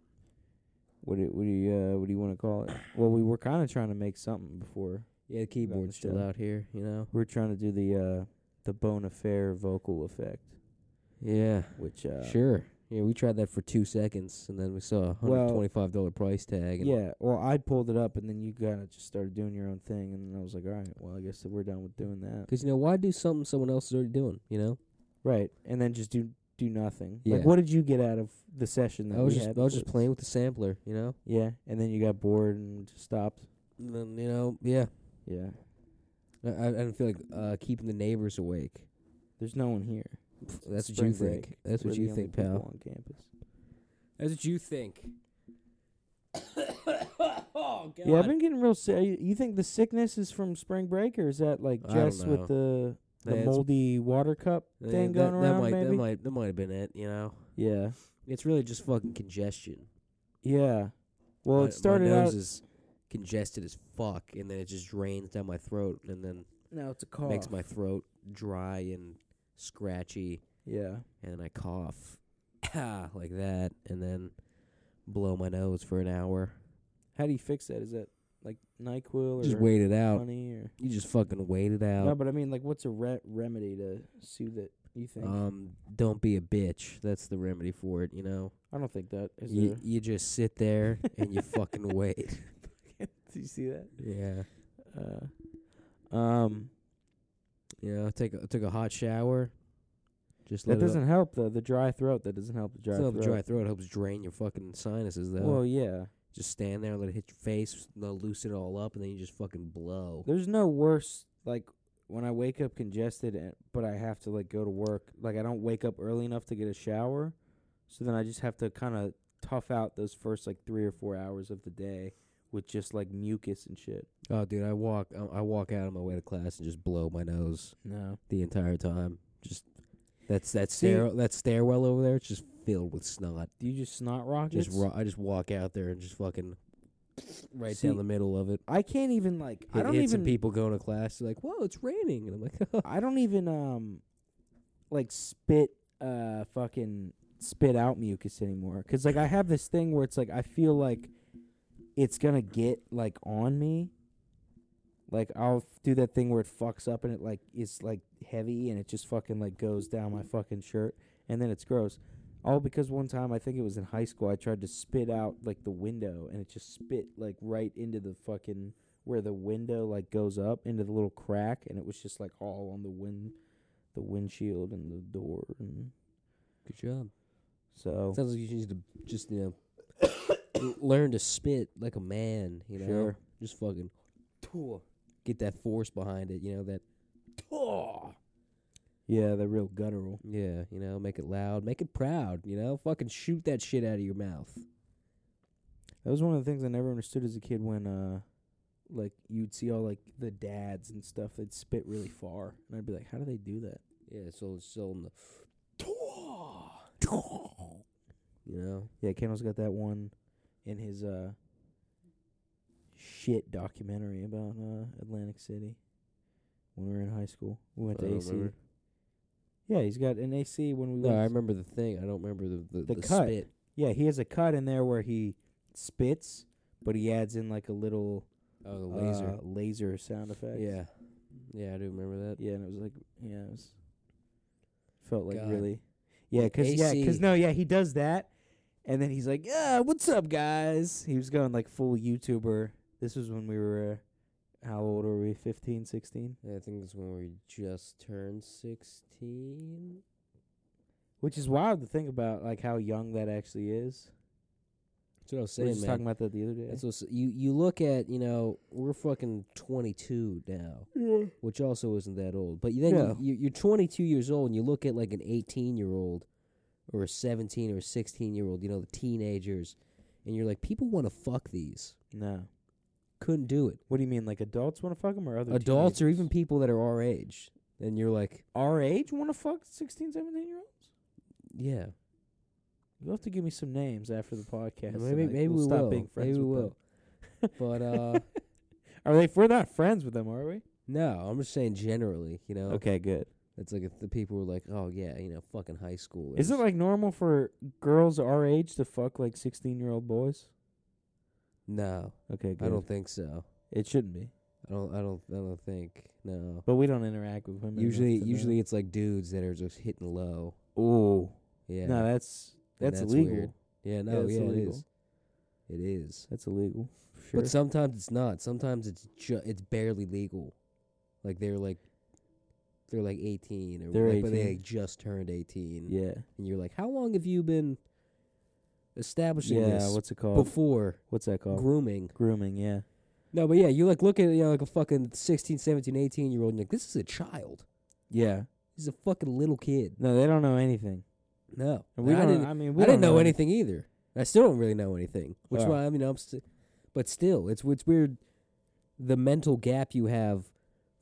What do what do you uh, what do you want to call it? Well, we were kind of trying to make something before. Yeah, the keyboard's still show. out here, you know. We were trying to do the uh, the Bon Affair vocal effect, Yeah. which uh, Sure. Yeah, we tried that for two seconds, and then we saw a hundred Well, twenty-five dollar price tag. And Yeah, well, I pulled it up, and then you kind of just started doing your own thing, and then I was like, all right, well, I guess that we're done with doing that. Because, you know, why do something someone else is already doing, you know? Right, and then just do do nothing. Yeah. Like, what did you get out of the session? That I was we just had I was for just this? playing with the sampler, you know? Yeah, and then you got bored and just stopped. And then, you know, yeah. Yeah, I, I I don't feel like uh, keeping the neighbors awake. there's no one here. That's what Spring you break. think. That's We're what the you only think, people pal. On campus. That's what you think. oh, God. Yeah, I've been getting real sick. You think the sickness is from spring break, or is that like I don't Jess with the the That's- moldy water cup Yeah, thing that, going that around? might, maybe. That might, that might have been it, you know? yeah, It's really just fucking congestion. yeah. Well, My- it started my nose out. is congested as fuck, and then it just drains down my throat, and then now it's a cough. makes my throat dry and scratchy, yeah. and then I cough like that, and then blow my nose for an hour. How do you fix that? Is that like Nyquil or Just wait it out. money or You just fucking wait it no? out. But I mean, like, what's a re- remedy to soothe it? You think? Um, don't be a bitch. That's the remedy for it. You know, I don't think that is. you, you just sit there and you fucking wait. there. do you see that? Yeah, Uh, um, you know, take a, take a hot shower. Just let that it doesn't help though. The dry throat. That doesn't help the dry It's not throat. the dry throat. It helps drain your fucking sinuses though. Well, yeah. just stand there, let it hit your face, they'll loosen it all up, and then you just fucking blow. There's no worse like when I wake up congested, and, but I have to like go to work. Like I don't wake up early enough to get a shower, so then I just have to kind of tough out those first like three or four hours of the day with just like mucus and shit. Oh, dude, I walk, I- I walk out on my way to class and just blow my nose No. the entire time. Just that's that See- stair, that stairwell over there. It's just filled with snot. Do you just snot rockets? Just, ro- I just walk out there and just fucking right See- down the middle of it. I can't even like. I Hit- don't hit even. some people going to class. They're like, "Whoa, it's raining," and I'm like, I don't even um, like spit uh fucking spit out mucus anymore. 'Cause like I have this thing where it's like I feel like it's gonna get like on me. Like I'll f- do that thing where it fucks up and it like is like heavy and it just fucking like goes down my fucking shirt and then it's gross. All because one time I think it was in high school I tried to spit out like the window and it just spit like right into the fucking where the window like goes up into the little crack and it was just like all on the wind the windshield and the door and "Good job." so Sounds like you need to just you know learn to spit like a man. You know, Sure. just fucking get that force behind it. You know that. yeah, they're real guttural. Yeah, you know, make it loud, make it proud, you know, fucking shoot that shit out of your mouth. That was one of the things I never understood as a kid when uh like you'd see all like the dads and stuff they'd spit really far and I'd be like, How do they do that? Yeah, so it's still in the you know. Yeah, Kendall's got that one in his uh shit documentary about uh Atlantic City when we were in high school. We went I to don't AC. remember. Yeah, he's got an AC when we No, I went. remember the thing. I don't remember the the, The cut. spit. yeah, he has a cut in there where he spits, but he adds in like a little Oh, the laser. uh, laser sound effect. yeah. Yeah, I do remember that. Yeah, and it was like, yeah, it was felt like God. really, yeah, because yeah, AC. because no, yeah, he does that, and then he's like, yeah, what's up, guys? He was going like full YouTuber. This was when we were uh, How old are we? 15, 16? I think it's when we just turned 16. Which is wild to think about, like how young that actually is. That's what I was We were saying, just man. talking about that the other day. That's what's, you you look at you know we're fucking 22 now, which also isn't that old. But then No. you, you, you're 22 years old and you look at like an 18 year old, or a 17 or a 16 year old, you know the teenagers, and you're like people want to fuck these, no. couldn't do it. What do you mean? Like adults want to fuck them or other Adults or teenagers? even people that are our age, and you're like, our age want to fuck 16, 17 year olds? yeah, You'll have to give me some names after the podcast. and, maybe like, maybe we'll we stop will, being friends maybe we with will. But uh, them. Are they? If we're not friends with them, are we? no, I'm just saying generally, you know, Okay, good. it's like if the people were like, oh yeah, you know, fucking high school. Is it like normal for girls our age to fuck like 16 year old boys? no? Okay, good. I don't think so. it shouldn't be. I don't. I don't. I don't think. No. But we don't interact with women. usually, usually it's like dudes that are just hitting low. Oh. Yeah. No, that's And that's, illegal. weird. Yeah. No. that's Yeah. it illegal. is. It is. That's illegal. for Sure. But sometimes it's not. Sometimes it's ju- it's barely legal. Like they're like. They're like eighteen, or They're like, but they 18. like just turned eighteen, yeah. and you're like, "How long have you been establishing Yeah, this what's it called? before what's that called? grooming?" Grooming, yeah. No, but yeah, you like look at you know, like a fucking 16, 17, 18 year old, and you're like, "This is a child. Yeah. This is a fucking little kid." No, they don't know anything. No, And we I don't didn't. I mean, I we didn't don't Oh. know anything either. I still don't really know anything, which is Wow. why I mean, I'm. St- but still, it's it's weird. The mental gap you have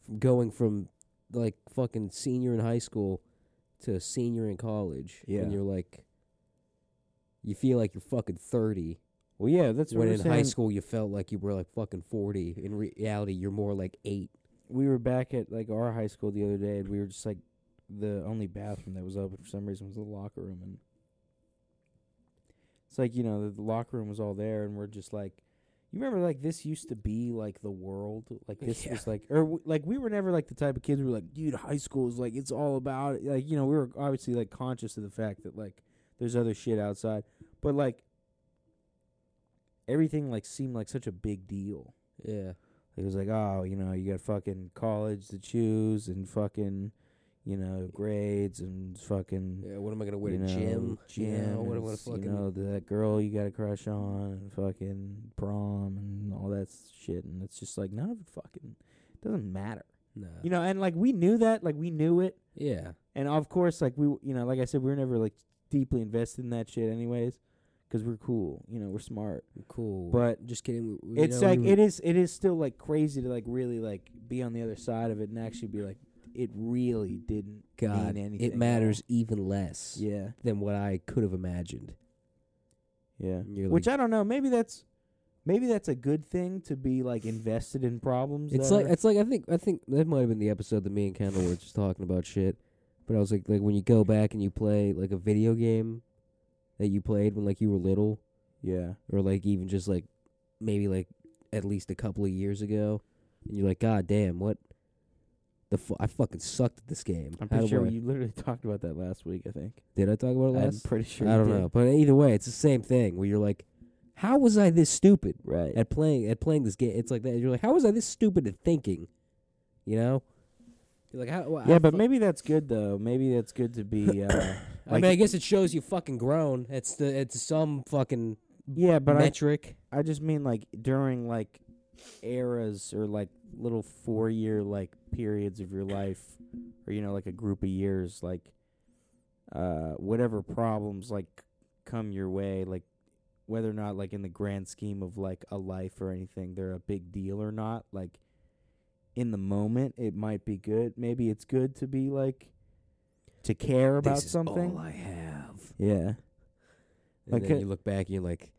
from going from like fucking senior in high school to senior in college, Yeah. and you're like, you feel like you're fucking thirty. Well, yeah, that's what when we're in saying. high school you felt like you were like fucking forty. In re- reality, you're more like eight. we were back at like our high school the other day, and we were just like the only bathroom that was open for some reason was the locker room, and it's like you know the, the locker room was all there, and we're just like, you remember like this used to be like the world, like this Yeah. was like or w- like we were never like the type of kids who were like, dude, high school is like it's all about it." like you know we were obviously like conscious of the fact that like there's other shit outside, but like everything like seemed like such a big deal. Yeah, It was like, oh, you know, you got fucking college to choose and fucking, you know, grades and fucking, yeah. What am I gonna wear you to know, gym? gym. You know, what am I and gonna s- fucking? You know, that girl you got a crush on and fucking prom and all that s- shit. And it's just like, none of it fucking doesn't matter. nah. You know, and like we knew that, like we knew it. yeah, And of course, like we, w- you know, like I said, we were never like deeply invested in that shit anyways because we're cool. You know, we're smart. cool. But just kidding. we- we- you it's know, we like were- it is it is still like crazy to like really like be on the other side of it and actually be like it really didn't God, mean anything at it matters even less all. yeah than what I could have imagined. yeah And you're which like- i don't know maybe that's maybe that's a good thing to be like invested in problems it's that like are- it's like I think I think that might have been the episode that me and Kendall were just talking about shit. But I was like, like when you go back and you play like a video game that you played when like you were little, yeah or like even just like maybe like at least a couple of years ago, and you're like, God damn, what the fu- I fucking sucked at this game. i'm How pretty do sure I- you literally talked about that last week i think did I talk about it i'm last? pretty sure I you don't did. know, but either way, it's the same thing where you're like, how was I this stupid? right at playing at playing this game. It's like that. You're like, how was I this stupid at thinking? You know. You're like, how, well, I yeah but fu- maybe that's good though maybe that's good to be uh I mean, I guess it shows you fucking grown. It's the it's some fucking yeah but i metric. I just mean like during like eras or like little four year like periods of your life or you know like a group of years like uh whatever problems like come your way like whether or not like in the grand scheme of like a life or anything they're a big deal or not like in the moment it might be good maybe it's good to be like to care about something I have. yeah And Like, then uh, you look back and you're like,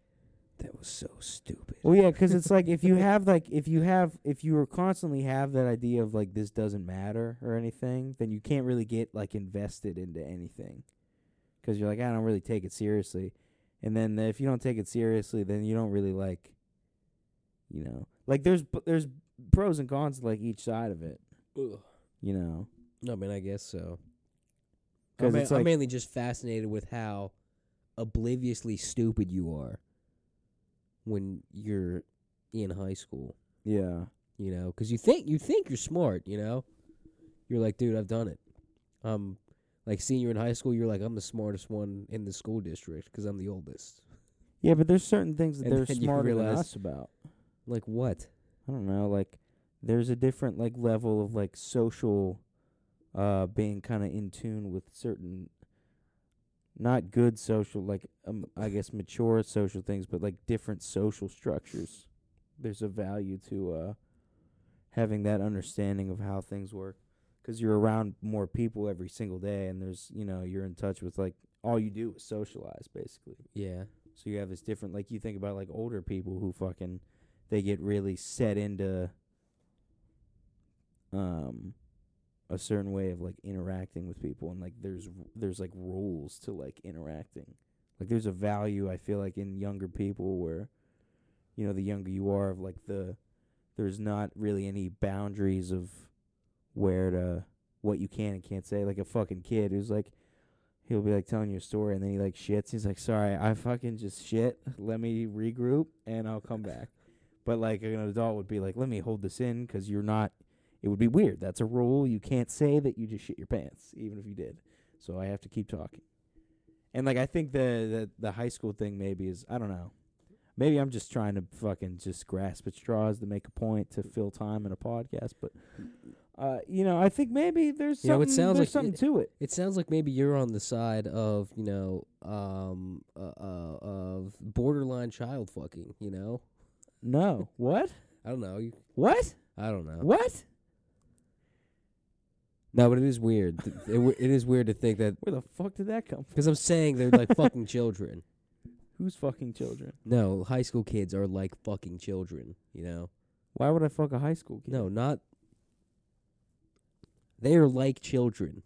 that was so stupid. Well, yeah, 'cause it's like if you have like if you have if you were constantly have that idea of like this doesn't matter or anything, then you can't really get like invested into anything. 'Cause you're like I don't really take it seriously, and then if you don't take it seriously, then you don't really like, you know, like there's b- there's pros and cons to like each side of it, Ugh. you know. No, I mean, I guess so. 'Cause I'm, ma- it's I'm like- mainly just fascinated with how obliviously stupid you are when you're in high school. Yeah. you know, because you think you think you're smart, you know. You're like, dude, I've done it. Um, like senior in high school, you're like, I'm the smartest one in the school district because I'm the oldest. Yeah, but there's certain things that And they're then you smarter than realize- us about. Like what? I don't know, like there's a different like level of like social uh being kind of in tune with certain not good social like um, I guess mature social things but like different social structures. There's a value to uh having that understanding of how things work cuz you're around more people every single day and there's, you know, you're in touch with like all you do is socialize basically. Yeah, So you have this different, like you think about like older people who fucking they get really set into um a certain way of like interacting with people and like there's there's like rules to like interacting. Like there's a value I feel like in younger people where you know the younger you are of like the there's not really any boundaries of where to what you can and can't say like a fucking kid who's like he'll be like telling you a story and then he like shits. He's like, sorry, I fucking just shit. Let me regroup and I'll come back. But like an adult would be like, let me hold this in because you're not. It would be weird. That's a rule. You can't say that you just shit your pants, even if you did. So I have to keep talking. And like I think the the, the high school thing maybe is I don't know. Maybe I'm just trying to fucking just grasp at straws to make a point to fill time in a podcast, but uh, you know, I think maybe there's You know, something, it sounds like there's something it- to it. it sounds like maybe you're on the side of you know, um, uh, uh, of borderline child fucking. You know, No, what? I don't know. You, What? I don't know. What? No, but it is weird. Th- it, w- it is weird to think that Where the fuck did that come from? because I'm saying they're like fucking children. Who's fucking children? No, high school kids are like fucking children. You know. Why would I fuck a high school kid? No, not. They are like children.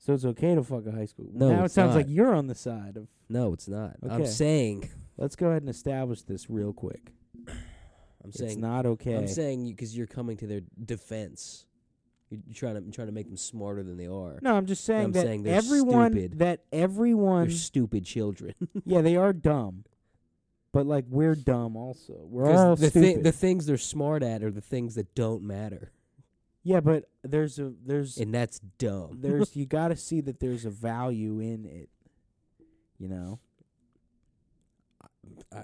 So it's okay to fuck a high school. No, now it it's sounds like not. you're on the side of. No, it's not. I'm Okay. saying. Let's go ahead and establish this real quick. I'm It's saying. not okay. I'm saying because you're coming to their defense. You're trying to trying to make them smarter than they are. no, I'm just saying I'm that saying they're everyone stupid. that everyone They're stupid children. yeah they are dumb, but like we're dumb also. We're 'Cause all the, thi- stupid. the things they're smart at are the things that don't matter, yeah, but there's a there's and that's dumb. there's you got to see that there's a value in it. You know. I,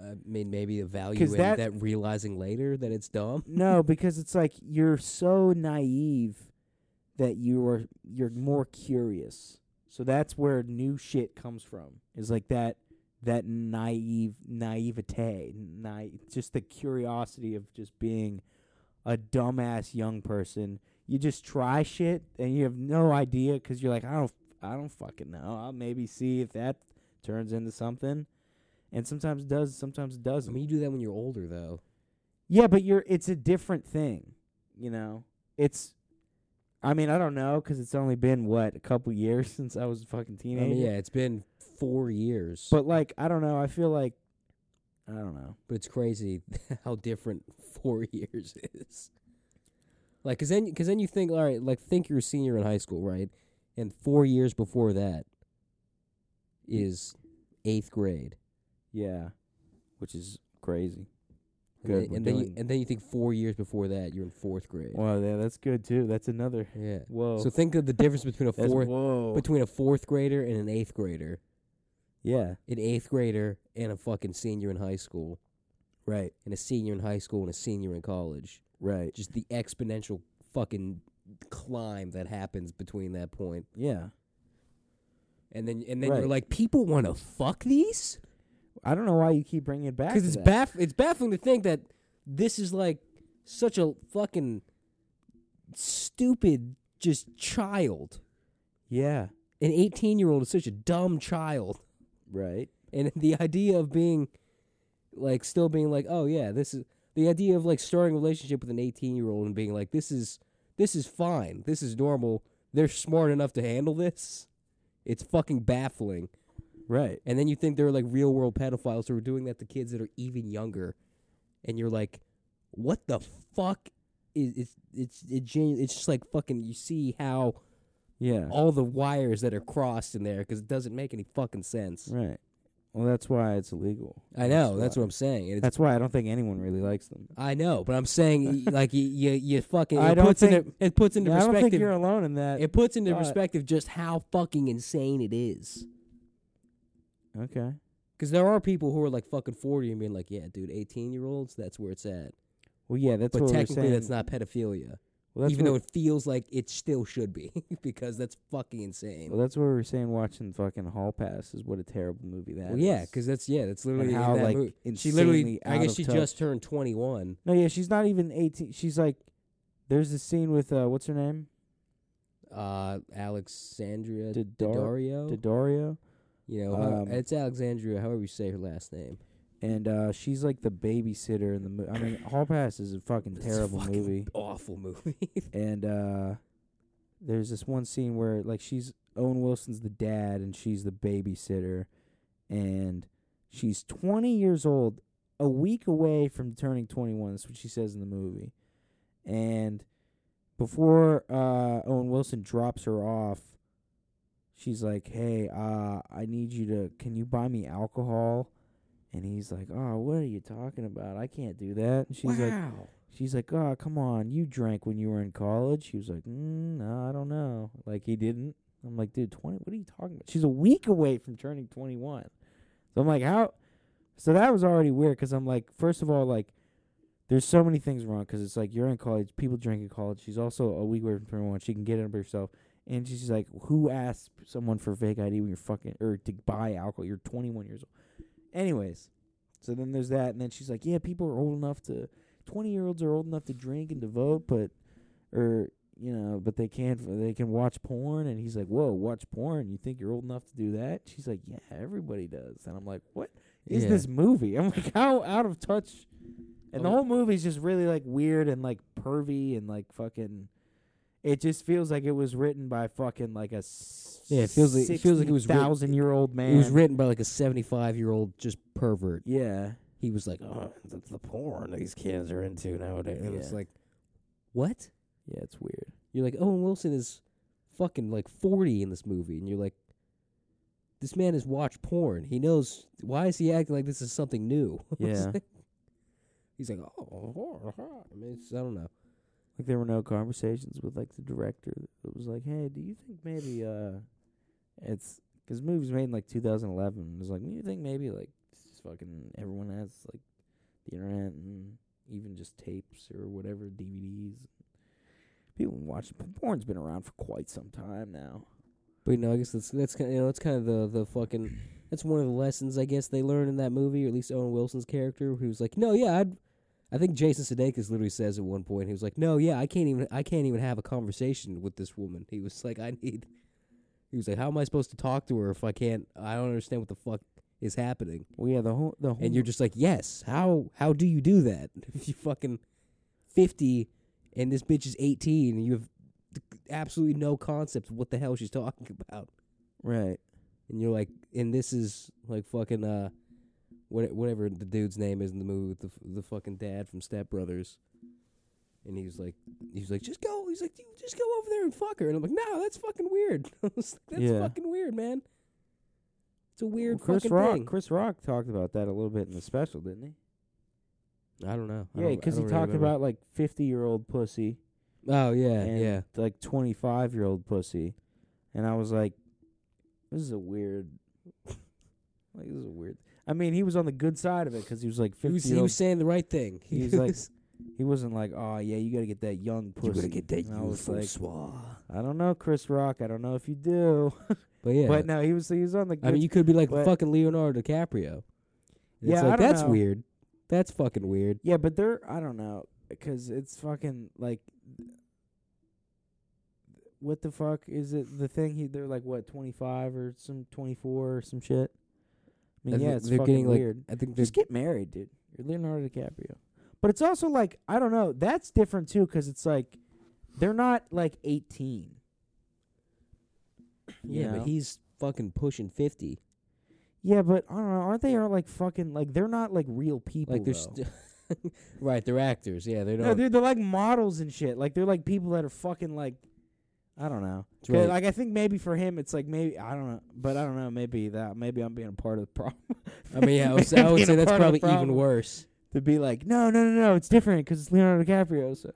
I mean, maybe a value 'Cause in that- that, realizing later that it's dumb. No, because it's like you're so naive that you are you're more curious. So that's where new shit comes from. Is like that that naive naivete, na- just the curiosity of just being a dumbass young person. You just try shit and you have no idea because you're like, I don't, I don't fucking know. I'll maybe see if that turns into something, and sometimes it does, sometimes it I doesn't. mean, you do that when you're older, though. Yeah, but you're it's a different thing, you know. It's I mean, I don't know cuz it's only been what a couple years since I was a fucking teenager. I mean, yeah, it's been four years, But like, I don't know, I feel like I don't know. but it's crazy how different four years is. Like, cause then, cause then you think, all right, like think you're a senior in high school, right? And four years before that is eighth grade, Yeah. Which is crazy. And then- Good, we're And then, you, doing- and then you think four years before that you're in fourth grade. Well, yeah, that's good too. That's another Yeah. Whoa. So think of the difference between a that's, fourth whoa. between a fourth grader and an eighth grader, yeah. an eighth grader and a fucking senior in high school, Right. and a senior in high school and a senior in college. Right. Just the exponential fucking climb that happens between that point, Yeah. and then and then Right. you're like, people want to fuck these I don't know why you keep bringing it back because to it's that. baff it's baffling to think that this is like such a fucking stupid just child. Yeah. An 18 year old is such a dumb child. Right. and the idea of being like still being like oh yeah this is the idea of like starting a relationship with an 18 year old and being like this is this is fine this is normal they're smart enough to handle this it's fucking baffling Right. and then you think they're like real world pedophiles who are doing that to kids that are even younger and you're like what the fuck is it's it's it, genu- it's just like fucking you see how Yeah. all the wires that are crossed in there because it doesn't make any fucking sense Right. Well, that's why it's illegal. I know. That's what I'm saying. And it's, That's why I don't think anyone really likes them. I know, but I'm saying y- like you, you, you fucking. It I don't puts into, think- it puts into Yeah, I don't think perspective. you're alone in that. It puts into All right. perspective just how fucking insane it is. okay. Because there are people who are like fucking 40 and being like, yeah, dude, 18 year olds, that's where it's at. Well, yeah, that's but what we're technically, saying. that's not pedophilia. well, that's even what, though it feels like it still should be, because that's fucking insane. well, that's what we were saying. Watching fucking Hall Pass is what a terrible movie that Well, yeah, is. because that's yeah, that's literally in how, that like, movie. She literally, insanely I out guess of she touch. just turned 21. no, yeah, she's not even eighteen. She's like, there's this scene with uh, what's her name, Uh, Alexandria Dadar- Daddario. Daddario, you know, how- um, it's Alexandria, however you say her last name. and uh, she's like the babysitter in the movie. I mean, Hall Pass is a fucking It's a terrible fucking movie. Awful movie. and uh there's this one scene where like she's Owen Wilson's the dad and she's the babysitter and she's 20 years old a week away from turning 21 that's what she says in the movie and before uh Owen Wilson drops her off she's like hey uh I need you to can you buy me alcohol and he's like oh what are you talking about I can't do that and she's like She's like, oh, come on, you drank when you were in college. He was like, mm, no, I don't know. Like, he didn't. I'm like, dude, 20, what are you talking about? She's a week away from turning 21. So I'm like, how? So that was already weird because I'm like, first of all, like, there's so many things wrong because it's like you're in college, people drink in college. She's also a week away from 21. She can get it up herself. And she's just like, who asked someone for fake ID when you're fucking, or to buy alcohol? You're 21 years old. Anyways, so then there's that. And then she's like, yeah, people are old enough to, 20 year olds are old enough to drink and to vote, but, or, you know, but they can't, they can watch porn. And he's like, whoa, watch porn. You think you're old enough to do that? She's like, yeah, everybody does. And I'm like, what is Yeah. this movie? I'm like, how out of touch. And the Oh. whole movie's just really like weird and like pervy and like fucking. It just feels like it was written by fucking like a Yeah, it feels like- it feels like it was writ- thousand year old man. It was written by like a 75 year old just pervert. yeah, He was like, oh, Oh, that's the porn these kids are into nowadays. and it's Yeah. like, what? yeah, it's weird. You're like, Owen Wilson is fucking like 40 in this movie, and you're like, this man has watched porn. He knows. Why is he acting like this is something new? It's Yeah. like- He's like, oh, I mean, it's, I don't know. Like there were no conversations with like the director. It was like, hey, do you think maybe uh, it's because movies made in like 2011. It was like, do you think maybe like it's just fucking everyone has like the internet and even just tapes or whatever DVDs. People been watching porn's been around for quite some time now. But you know, I guess that's that's kind of, you know that's kind of the the fucking that's one of the lessons I guess they learned in that movie, or at least Owen Wilson's character, who was like, no, yeah, I'd. I think Jason Sudeikis literally says at one point he was like, "No, yeah, I can't even I can't even have a conversation with this woman." He was like, "I need." He was like, "How am I supposed to talk to her if I can't? I don't understand what the fuck is happening." Well, yeah, the whole the whole And you're just like, "Yes, how how do you do that if you fucking fifty and this bitch is eighteen and you have absolutely no concept of what the hell she's talking about?" right. and you're like, and this is like fucking uh, what whatever the dude's name is in the movie with the f- the fucking dad from Step Brothers, and he was like, he was like, just go, he's like, "You just go over there and fuck her, and I'm like, no, that's fucking weird. I was like, that's Yeah. fucking weird, man. It's a weird Chris fucking Rock. thing. Chris Rock talked about that a little bit in the special, didn't he? I don't know. I Yeah, don't- I 'cause he don't really talked remember. about like 50 year old pussy. Oh yeah, and yeah. like 25 year old pussy. And I was like, this is a weird. Like, this is a weird. I mean, he was on the good side of it 'cause he was like He 50 was, he year was old. saying the right thing. He was like, he wasn't like, oh, yeah, you got to get that young pussy. And I was like, I don't know, Chris Rock. I don't know if you do. but yeah. But no, he was he was on the good I mean, you could be like but- fucking Leonardo DiCaprio. It's Yeah, I like don't that's know. weird. That's fucking weird. Yeah, but they're I don't know because it's fucking like what the fuck is it the thing he they're like what twenty five or some twenty four or some shit. I mean, I yeah, think it's they're fucking getting, like- weird. I think they're Just get married, dude. You're Leonardo DiCaprio. But it's also like I don't know. That's different too because it's like they're not like eighteen. you yeah, know? but he's fucking pushing fifty. Yeah, but I don't know. Aren't they are like fucking like they're not like real people? Like they're though. st- right, they're actors. Yeah, they No, don't. dude, they're like models and shit. Like they're like people that are fucking like I don't know. It's 'Cause, really- Like I think maybe for him it's like maybe I don't know, but I don't know. Maybe that maybe I'm being a part of the problem. I mean, yeah, I would say, I would Being say a that's part of probably the even problem. worse. to be like, no, no, no, no, it's different because it's Leonardo DiCaprio. So.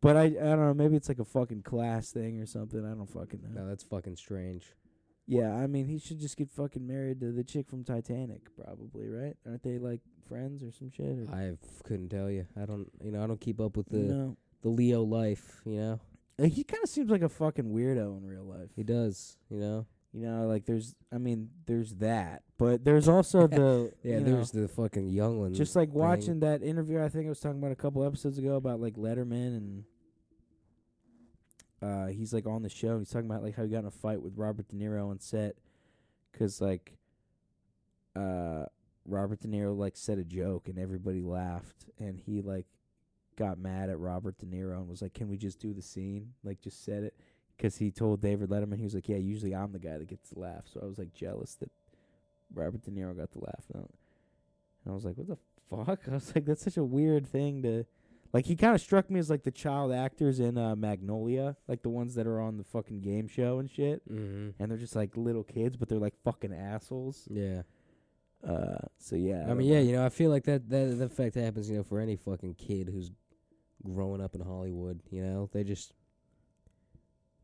But I I don't know. Maybe it's like a fucking class thing or something. I don't fucking know. No, that's fucking strange. Yeah, I mean he should just get fucking married to the chick from Titanic, probably, right? Aren't they like friends or some shit? Or I f- couldn't tell you. I don't, you know, I don't keep up with the no. the Leo life. You know, Uh, He kind of seems like a fucking weirdo in real life. he does. You know, You know, like there's, I mean, there's that, but there's also the yeah. you There's the fucking younglin. know, just like watching that interview. I think I was talking about a couple episodes ago about like Letterman and uh, he's like on the show. He's talking about like how he got in a fight with Robert De Niro on set because like uh, Robert De Niro like said a joke and everybody laughed and he like got mad at Robert De Niro and was like, "Can we just do the scene?" Like just said it because he told David Letterman he was like, "Yeah, usually I'm the guy that gets the laugh." So I was like jealous that Robert De Niro got the laugh. And I- and I was like, "What the fuck?" I was like, "That's such a weird thing to." Like he kind of struck me as like the child actors in uh, Magnolia, like the ones that are on the fucking game show and shit, Mm-hmm. and they're just like little kids, but they're like fucking assholes. Yeah. Uh, so yeah, I, mean, yeah. You know, I feel like that that that fact happens. You know, for any fucking kid who's growing up in Hollywood. You know, they just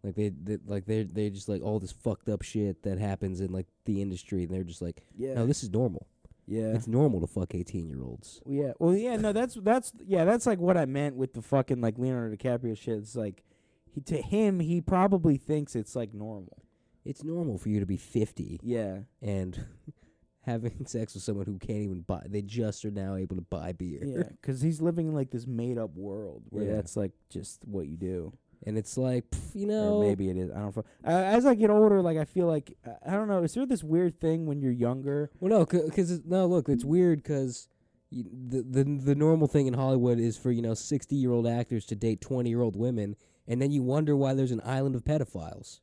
like they, they like they they just like all this fucked up shit that happens in like the industry, and they're just like, yeah, no, this is normal. yeah. It's normal to fuck eighteen year olds. Well, Yeah. Well, yeah. No, that's that's yeah. That's like what I meant with the fucking like Leonardo DiCaprio shit. It's like he to him he probably thinks it's like normal. It's normal for you to be fifty Yeah. and having sex with someone who can't even buy they just are now able to buy beer Yeah. Because he's living in like this made up world where Yeah. that's like just what you do. and it's like pff, you know Or maybe it is. I don't. Fu- uh, as I get older, like I feel like I- I don't know. Is there this weird thing when you're younger? well no because no look it's weird because the, the the normal thing in hollywood is for you know 60 year old actors to date 20 year old women and then you wonder why there's an island of pedophiles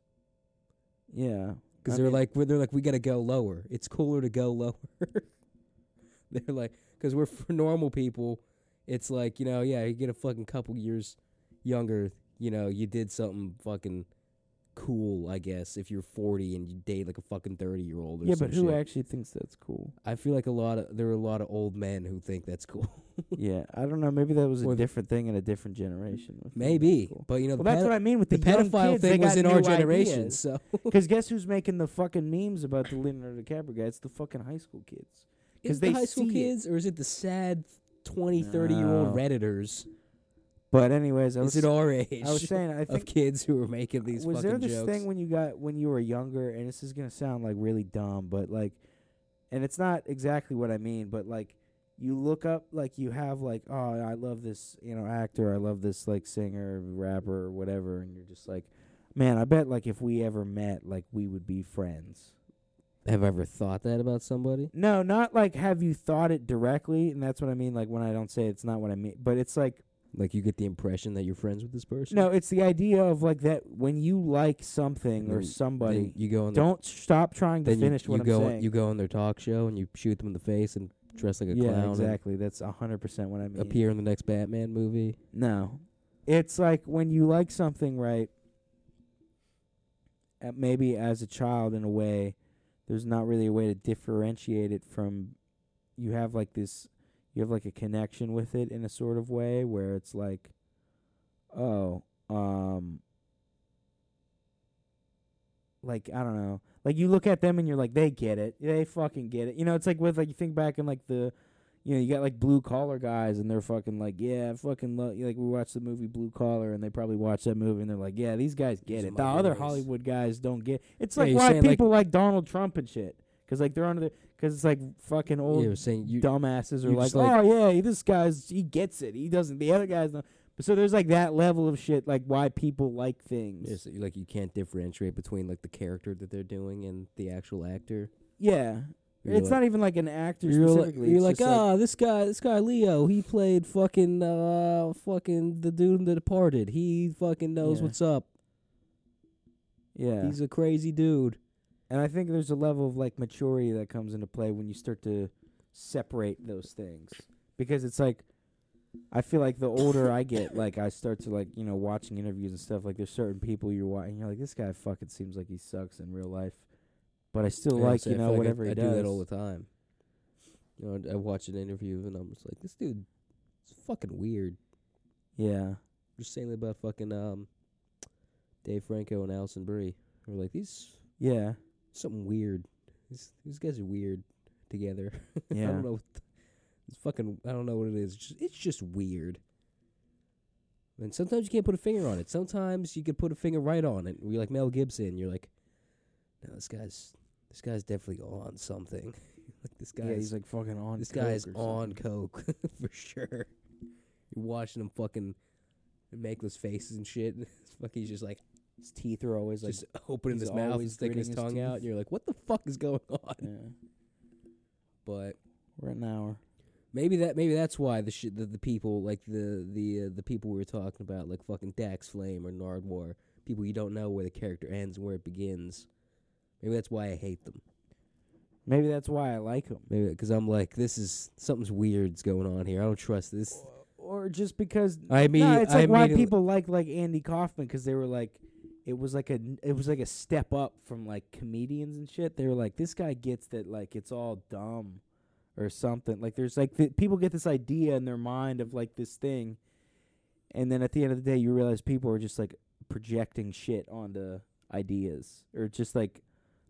Yeah. because I they're mean- like they're like we gotta go lower it's cooler to go lower they're like because we're for normal people it's like you know yeah you get a fucking couple years younger you know you did something fucking cool i guess if you're 40 and you date like a fucking 30 year old or Yeah, some but who shit. actually thinks that's cool? i feel like a lot of there are a lot of old men who think that's cool yeah. I don't know. Maybe that was a Or the- different thing in a different generation. would think maybe that's cool. but you know Well, the, that's pedo- what I mean with the the, young pedophile kids, they thing was got in our new generation ideas. so Because guess who's making the fucking memes about the Leonardo DiCaprio guy? It's the fucking high school kids. is it they the high school see it. kids or is it the sad 20 30 year old No. redditors But anyways, I was is it our age I was saying I of think kids who were making these was fucking there this jokes. thing when you got when you were younger, and this is gonna sound like really dumb, but like, and it's not exactly what I mean, but like, you look up like you have like, oh, I love this you know actor, I love this like singer, rapper, whatever, and you're just like, man, I bet like if we ever met, like we would be friends. Have I ever thought that about somebody? No, not like have you thought it directly, and that's what I mean. Like when I don't say it, it's not what I mean, but it's like Like you get the impression that you're friends with this person. no, it's the idea of like that when you like something or Then- somebody, Then you go on. don't stop trying their, then to you- finish you, what I'm go. saying. You go on their talk show and you shoot them in the face and dress like a yeah, clown. exactly. That's a hundred percent what I mean. And appear in the next Batman movie. No, it's like when you like something, right? uh, Maybe as a child, in a way, there's not really a way to differentiate it from. You have like this, you have like a connection with it in a sort of way where it's like, oh, um, like I don't know, like you look at them and you're like, they get it, they fucking get it. You know, it's like with like you think back in like the you know, you got like blue collar guys, and they're fucking like, yeah, I fucking love. Like we watched the movie Blue Collar, and they probably watched that movie, and they're like, yeah, these guys get These are it. The my other heroes. Hollywood guys don't get. It's Yeah, like you're why saying, like- people like, Donald Trump and shit, because like they're under the, because it's like fucking old yeah, you're saying you. dumbasses are you like, just, like- oh yeah, this guy's he gets it. He doesn't. The other guys don't. But so there's like that level of shit, like why people like things. Yes, like you can't differentiate between like the character that they're doing and the actual actor. Yeah, You're it's like- not even like an actor You're like, specifically. you're it's like, just, ah, this guy, this guy Leo, he played fucking, uh, fucking the dude in The Departed. He fucking knows Yeah. what's up. "Oh, yeah. He's a crazy dude. And I think there's a level of like maturity that comes into play when you start to separate those things because it's like I feel like the older I get, like I start to like you know watching interviews and stuff. Like there's certain people you're watching, you're like this guy fucking seems like he sucks in real life, but I still Yeah, like so you I feel know like I- whatever I, he do does. that all the time. You know, I, I watch an interview and I'm just like, this dude is fucking weird. yeah, Just saying about fucking um, Dave Franco and Allison Brie. We're like, these yeah, something weird. These these guys are weird together. I yeah. don't know. What th- it's fucking. I don't know what it is. It's just, it's just weird. And sometimes you can't put a finger on it. Sometimes you could put a finger right on it. You're like Mel Gibson. You're like, no, this guy's this guy's definitely on something. like this guy's yeah, he's like fucking on. this coke guy's or on something. coke for sure. You're watching him fucking make those faces and shit. It's fucking, he's just like His teeth are always like. just opening he's his mouth, and always sticking his gritting his tongue out, teeth. and you're like, what the fuck is going on? yeah. But We're at an hour. Maybe that maybe that's why the shit the, the people like the the uh, the people we were talking about like fucking Dax Flame or Nardwar people you don't know where the character ends and where it begins. Maybe that's why I hate them. Maybe that's why I like him. Maybe because I'm like this is something's weird's going on here. I don't trust this. or just because I mean, no, it's I like why immediately- people like like Andy Kaufman because they were like, it was like a it was like a step up from like comedians and shit. They were like, this guy gets that like it's all dumb or something. Like there's like th- people get this idea in their mind of like this thing, and then at the end of the day, you realize people are just like projecting shit onto ideas or just like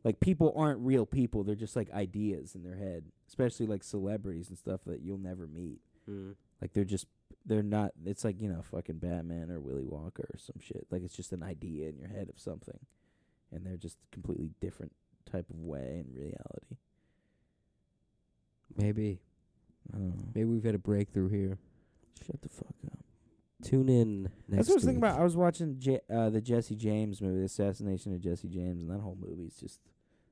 like people aren't real people. They're just like ideas in their head, especially like celebrities and stuff that you'll never meet. hmm, Like they're just they're not it's like, you know, fucking Batman or Willy Walker or some shit. Like it's just an idea in your head of something. And they're just completely different type of way in reality. Maybe Oh. maybe we've had a breakthrough here. Shut the fuck up. Tune in. Next That's what I was thinking week. about. I was watching J- uh, the Jesse James movie, The Assassination of Jesse James, and that whole movie is just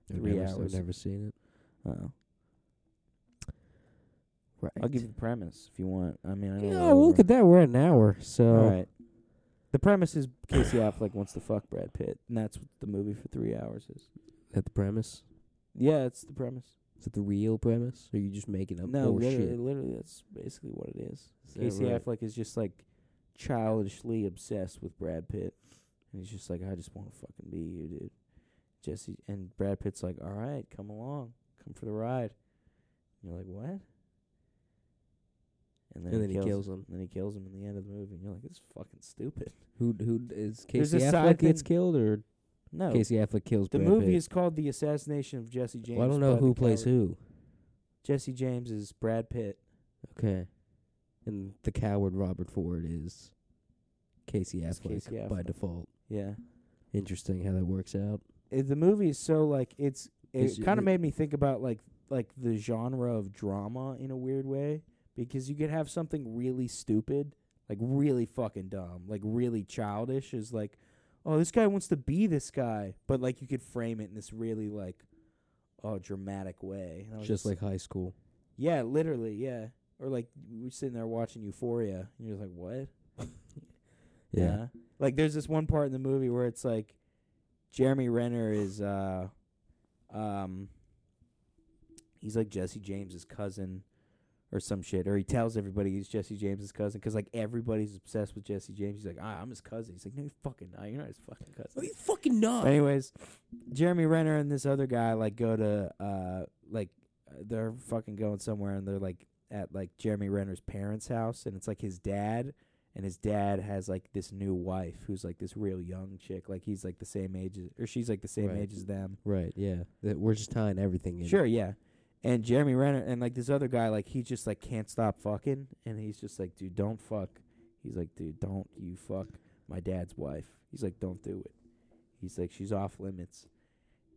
I've three never, hours. I've never seen it. oh. Right. I'll give you the premise if you want. I mean, I don't yeah, know. well, look at that. We're at an hour, so All right. The premise is Casey Affleck wants to fuck Brad Pitt, and that's what the movie for three hours is. is that the premise? Yeah, it's the premise. Is that the real premise? Or are you just making up No, literally, bullshit? literally, that's basically what it is. Is that Casey right? Affleck is just like childishly obsessed with Brad Pitt, and he's just like, I just want to fucking be you, dude. Jesse and Brad Pitt's like, all right, come along, come for the ride. And you're like, what? And And then he kills him. And then he kills him in the end of the movie. And you're like, this is fucking stupid. Who who is There's Casey a Affleck side gets thing- killed or No, Casey Affleck kills the Brad movie Pitt? is called The Assassination of Jesse James. Well, I don't know by the who plays coward. who. Jesse James is Brad Pitt. Okay, and the coward Robert Ford is Casey Is Affleck, Casey by Affleck. default. Yeah. Interesting how that works out. it, the movie is so like it's Is it it- kind it- of made me think about like like the genre of drama in a weird way because you could have something really stupid like really fucking dumb like really childish is like oh this guy wants to be this guy but like you could frame it in this really like oh dramatic way And I was Just like high school. yeah literally yeah or like we're sitting there watching Euphoria and you're like what Yeah. Like there's this one part in the movie where it's like Jeremy Renner is uh um he's like Jesse James's cousin or some shit or he tells everybody he's Jesse James's cousin cuz like everybody's obsessed with Jesse James. He's like, ah, "I'm his cousin." He's like, "No, you're fucking not. You're not his fucking cousin." you fucking not. Anyways, Jeremy Renner and this other guy like go to uh like uh, they're fucking going somewhere and they're like at like Jeremy Renner's parents' house and it's like his dad and his dad has like this new wife who's like this real young chick like he's like the same age as, or she's like the same Right. age as them. Right. Yeah. That we're just tying everything in. Sure, yeah. And Jeremy Renner and like this other guy, like he just like can't stop fucking, and he's just like, dude, don't fuck. He's like, dude, don't you fuck my dad's wife. He's like, don't do it. He's like, she's off limits.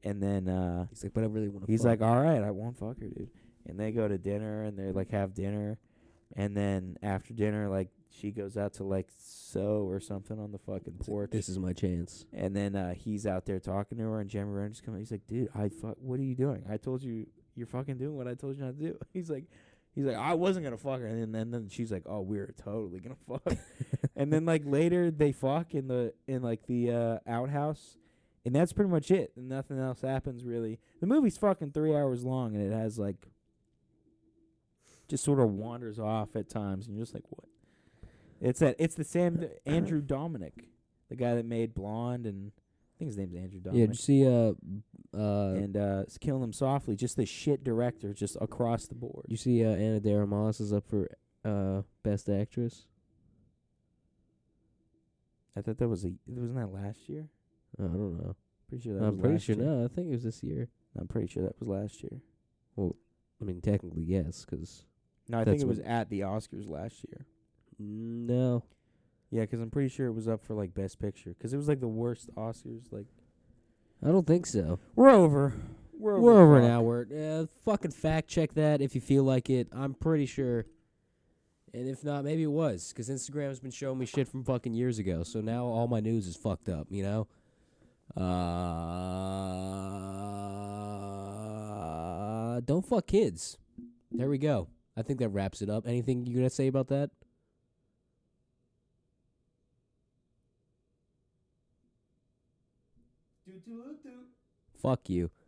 And then uh He's like, but I really want to. he's like, all right, I won't fuck her, dude. And they go to dinner and they like have dinner, and then after dinner, like she goes out to like sew or something on the fucking porch. this is my chance. And then uh, he's out there talking to her, and Jeremy Renner just comes. He's like, "Dude, I fuck. What are you doing? I told you you're fucking doing what I told you not to do." He's like, "He's like, I wasn't gonna fuck her." And then, then she's like, "Oh, we were totally gonna fuck." and then like later they fuck in the in like the uh, outhouse, and that's pretty much it. And nothing else happens really. The movie's fucking three hours long, and it has like just sort of wanders off at times, and you're just like, "What?" It's that. It's the Sam Andrew Dominic, the guy that made Blonde, and I think his name's Andrew yeah, Dominic. did you see? Uh, uh, and uh, it's killing them softly. Just the shit director, just across the board. you see? Uh, Anna De Armas is up for uh best actress. I thought that was a. Wasn't that last year? Uh, I don't know. Pretty sure that I'm was pretty last sure. year. No, I think it was this year. I'm pretty sure that was last year. I mean, technically yes, 'cause No, I That's think it what- was at the Oscars last year. Mm, no, Yeah, 'cause I'm pretty sure it was up for like Best Picture. 'Cause it was like the worst Oscars. Like I don't think so. we're over. We're over, We're over an now. hour. Uh, fucking fact check that if you feel like it. I'm pretty sure. And if not, maybe it was because Instagram's been showing me shit from fucking years ago. So now all my news is fucked up. You know. Uh, don't fuck kids. There we go. I think that wraps it up. Anything you gonna say about that? Fuck you.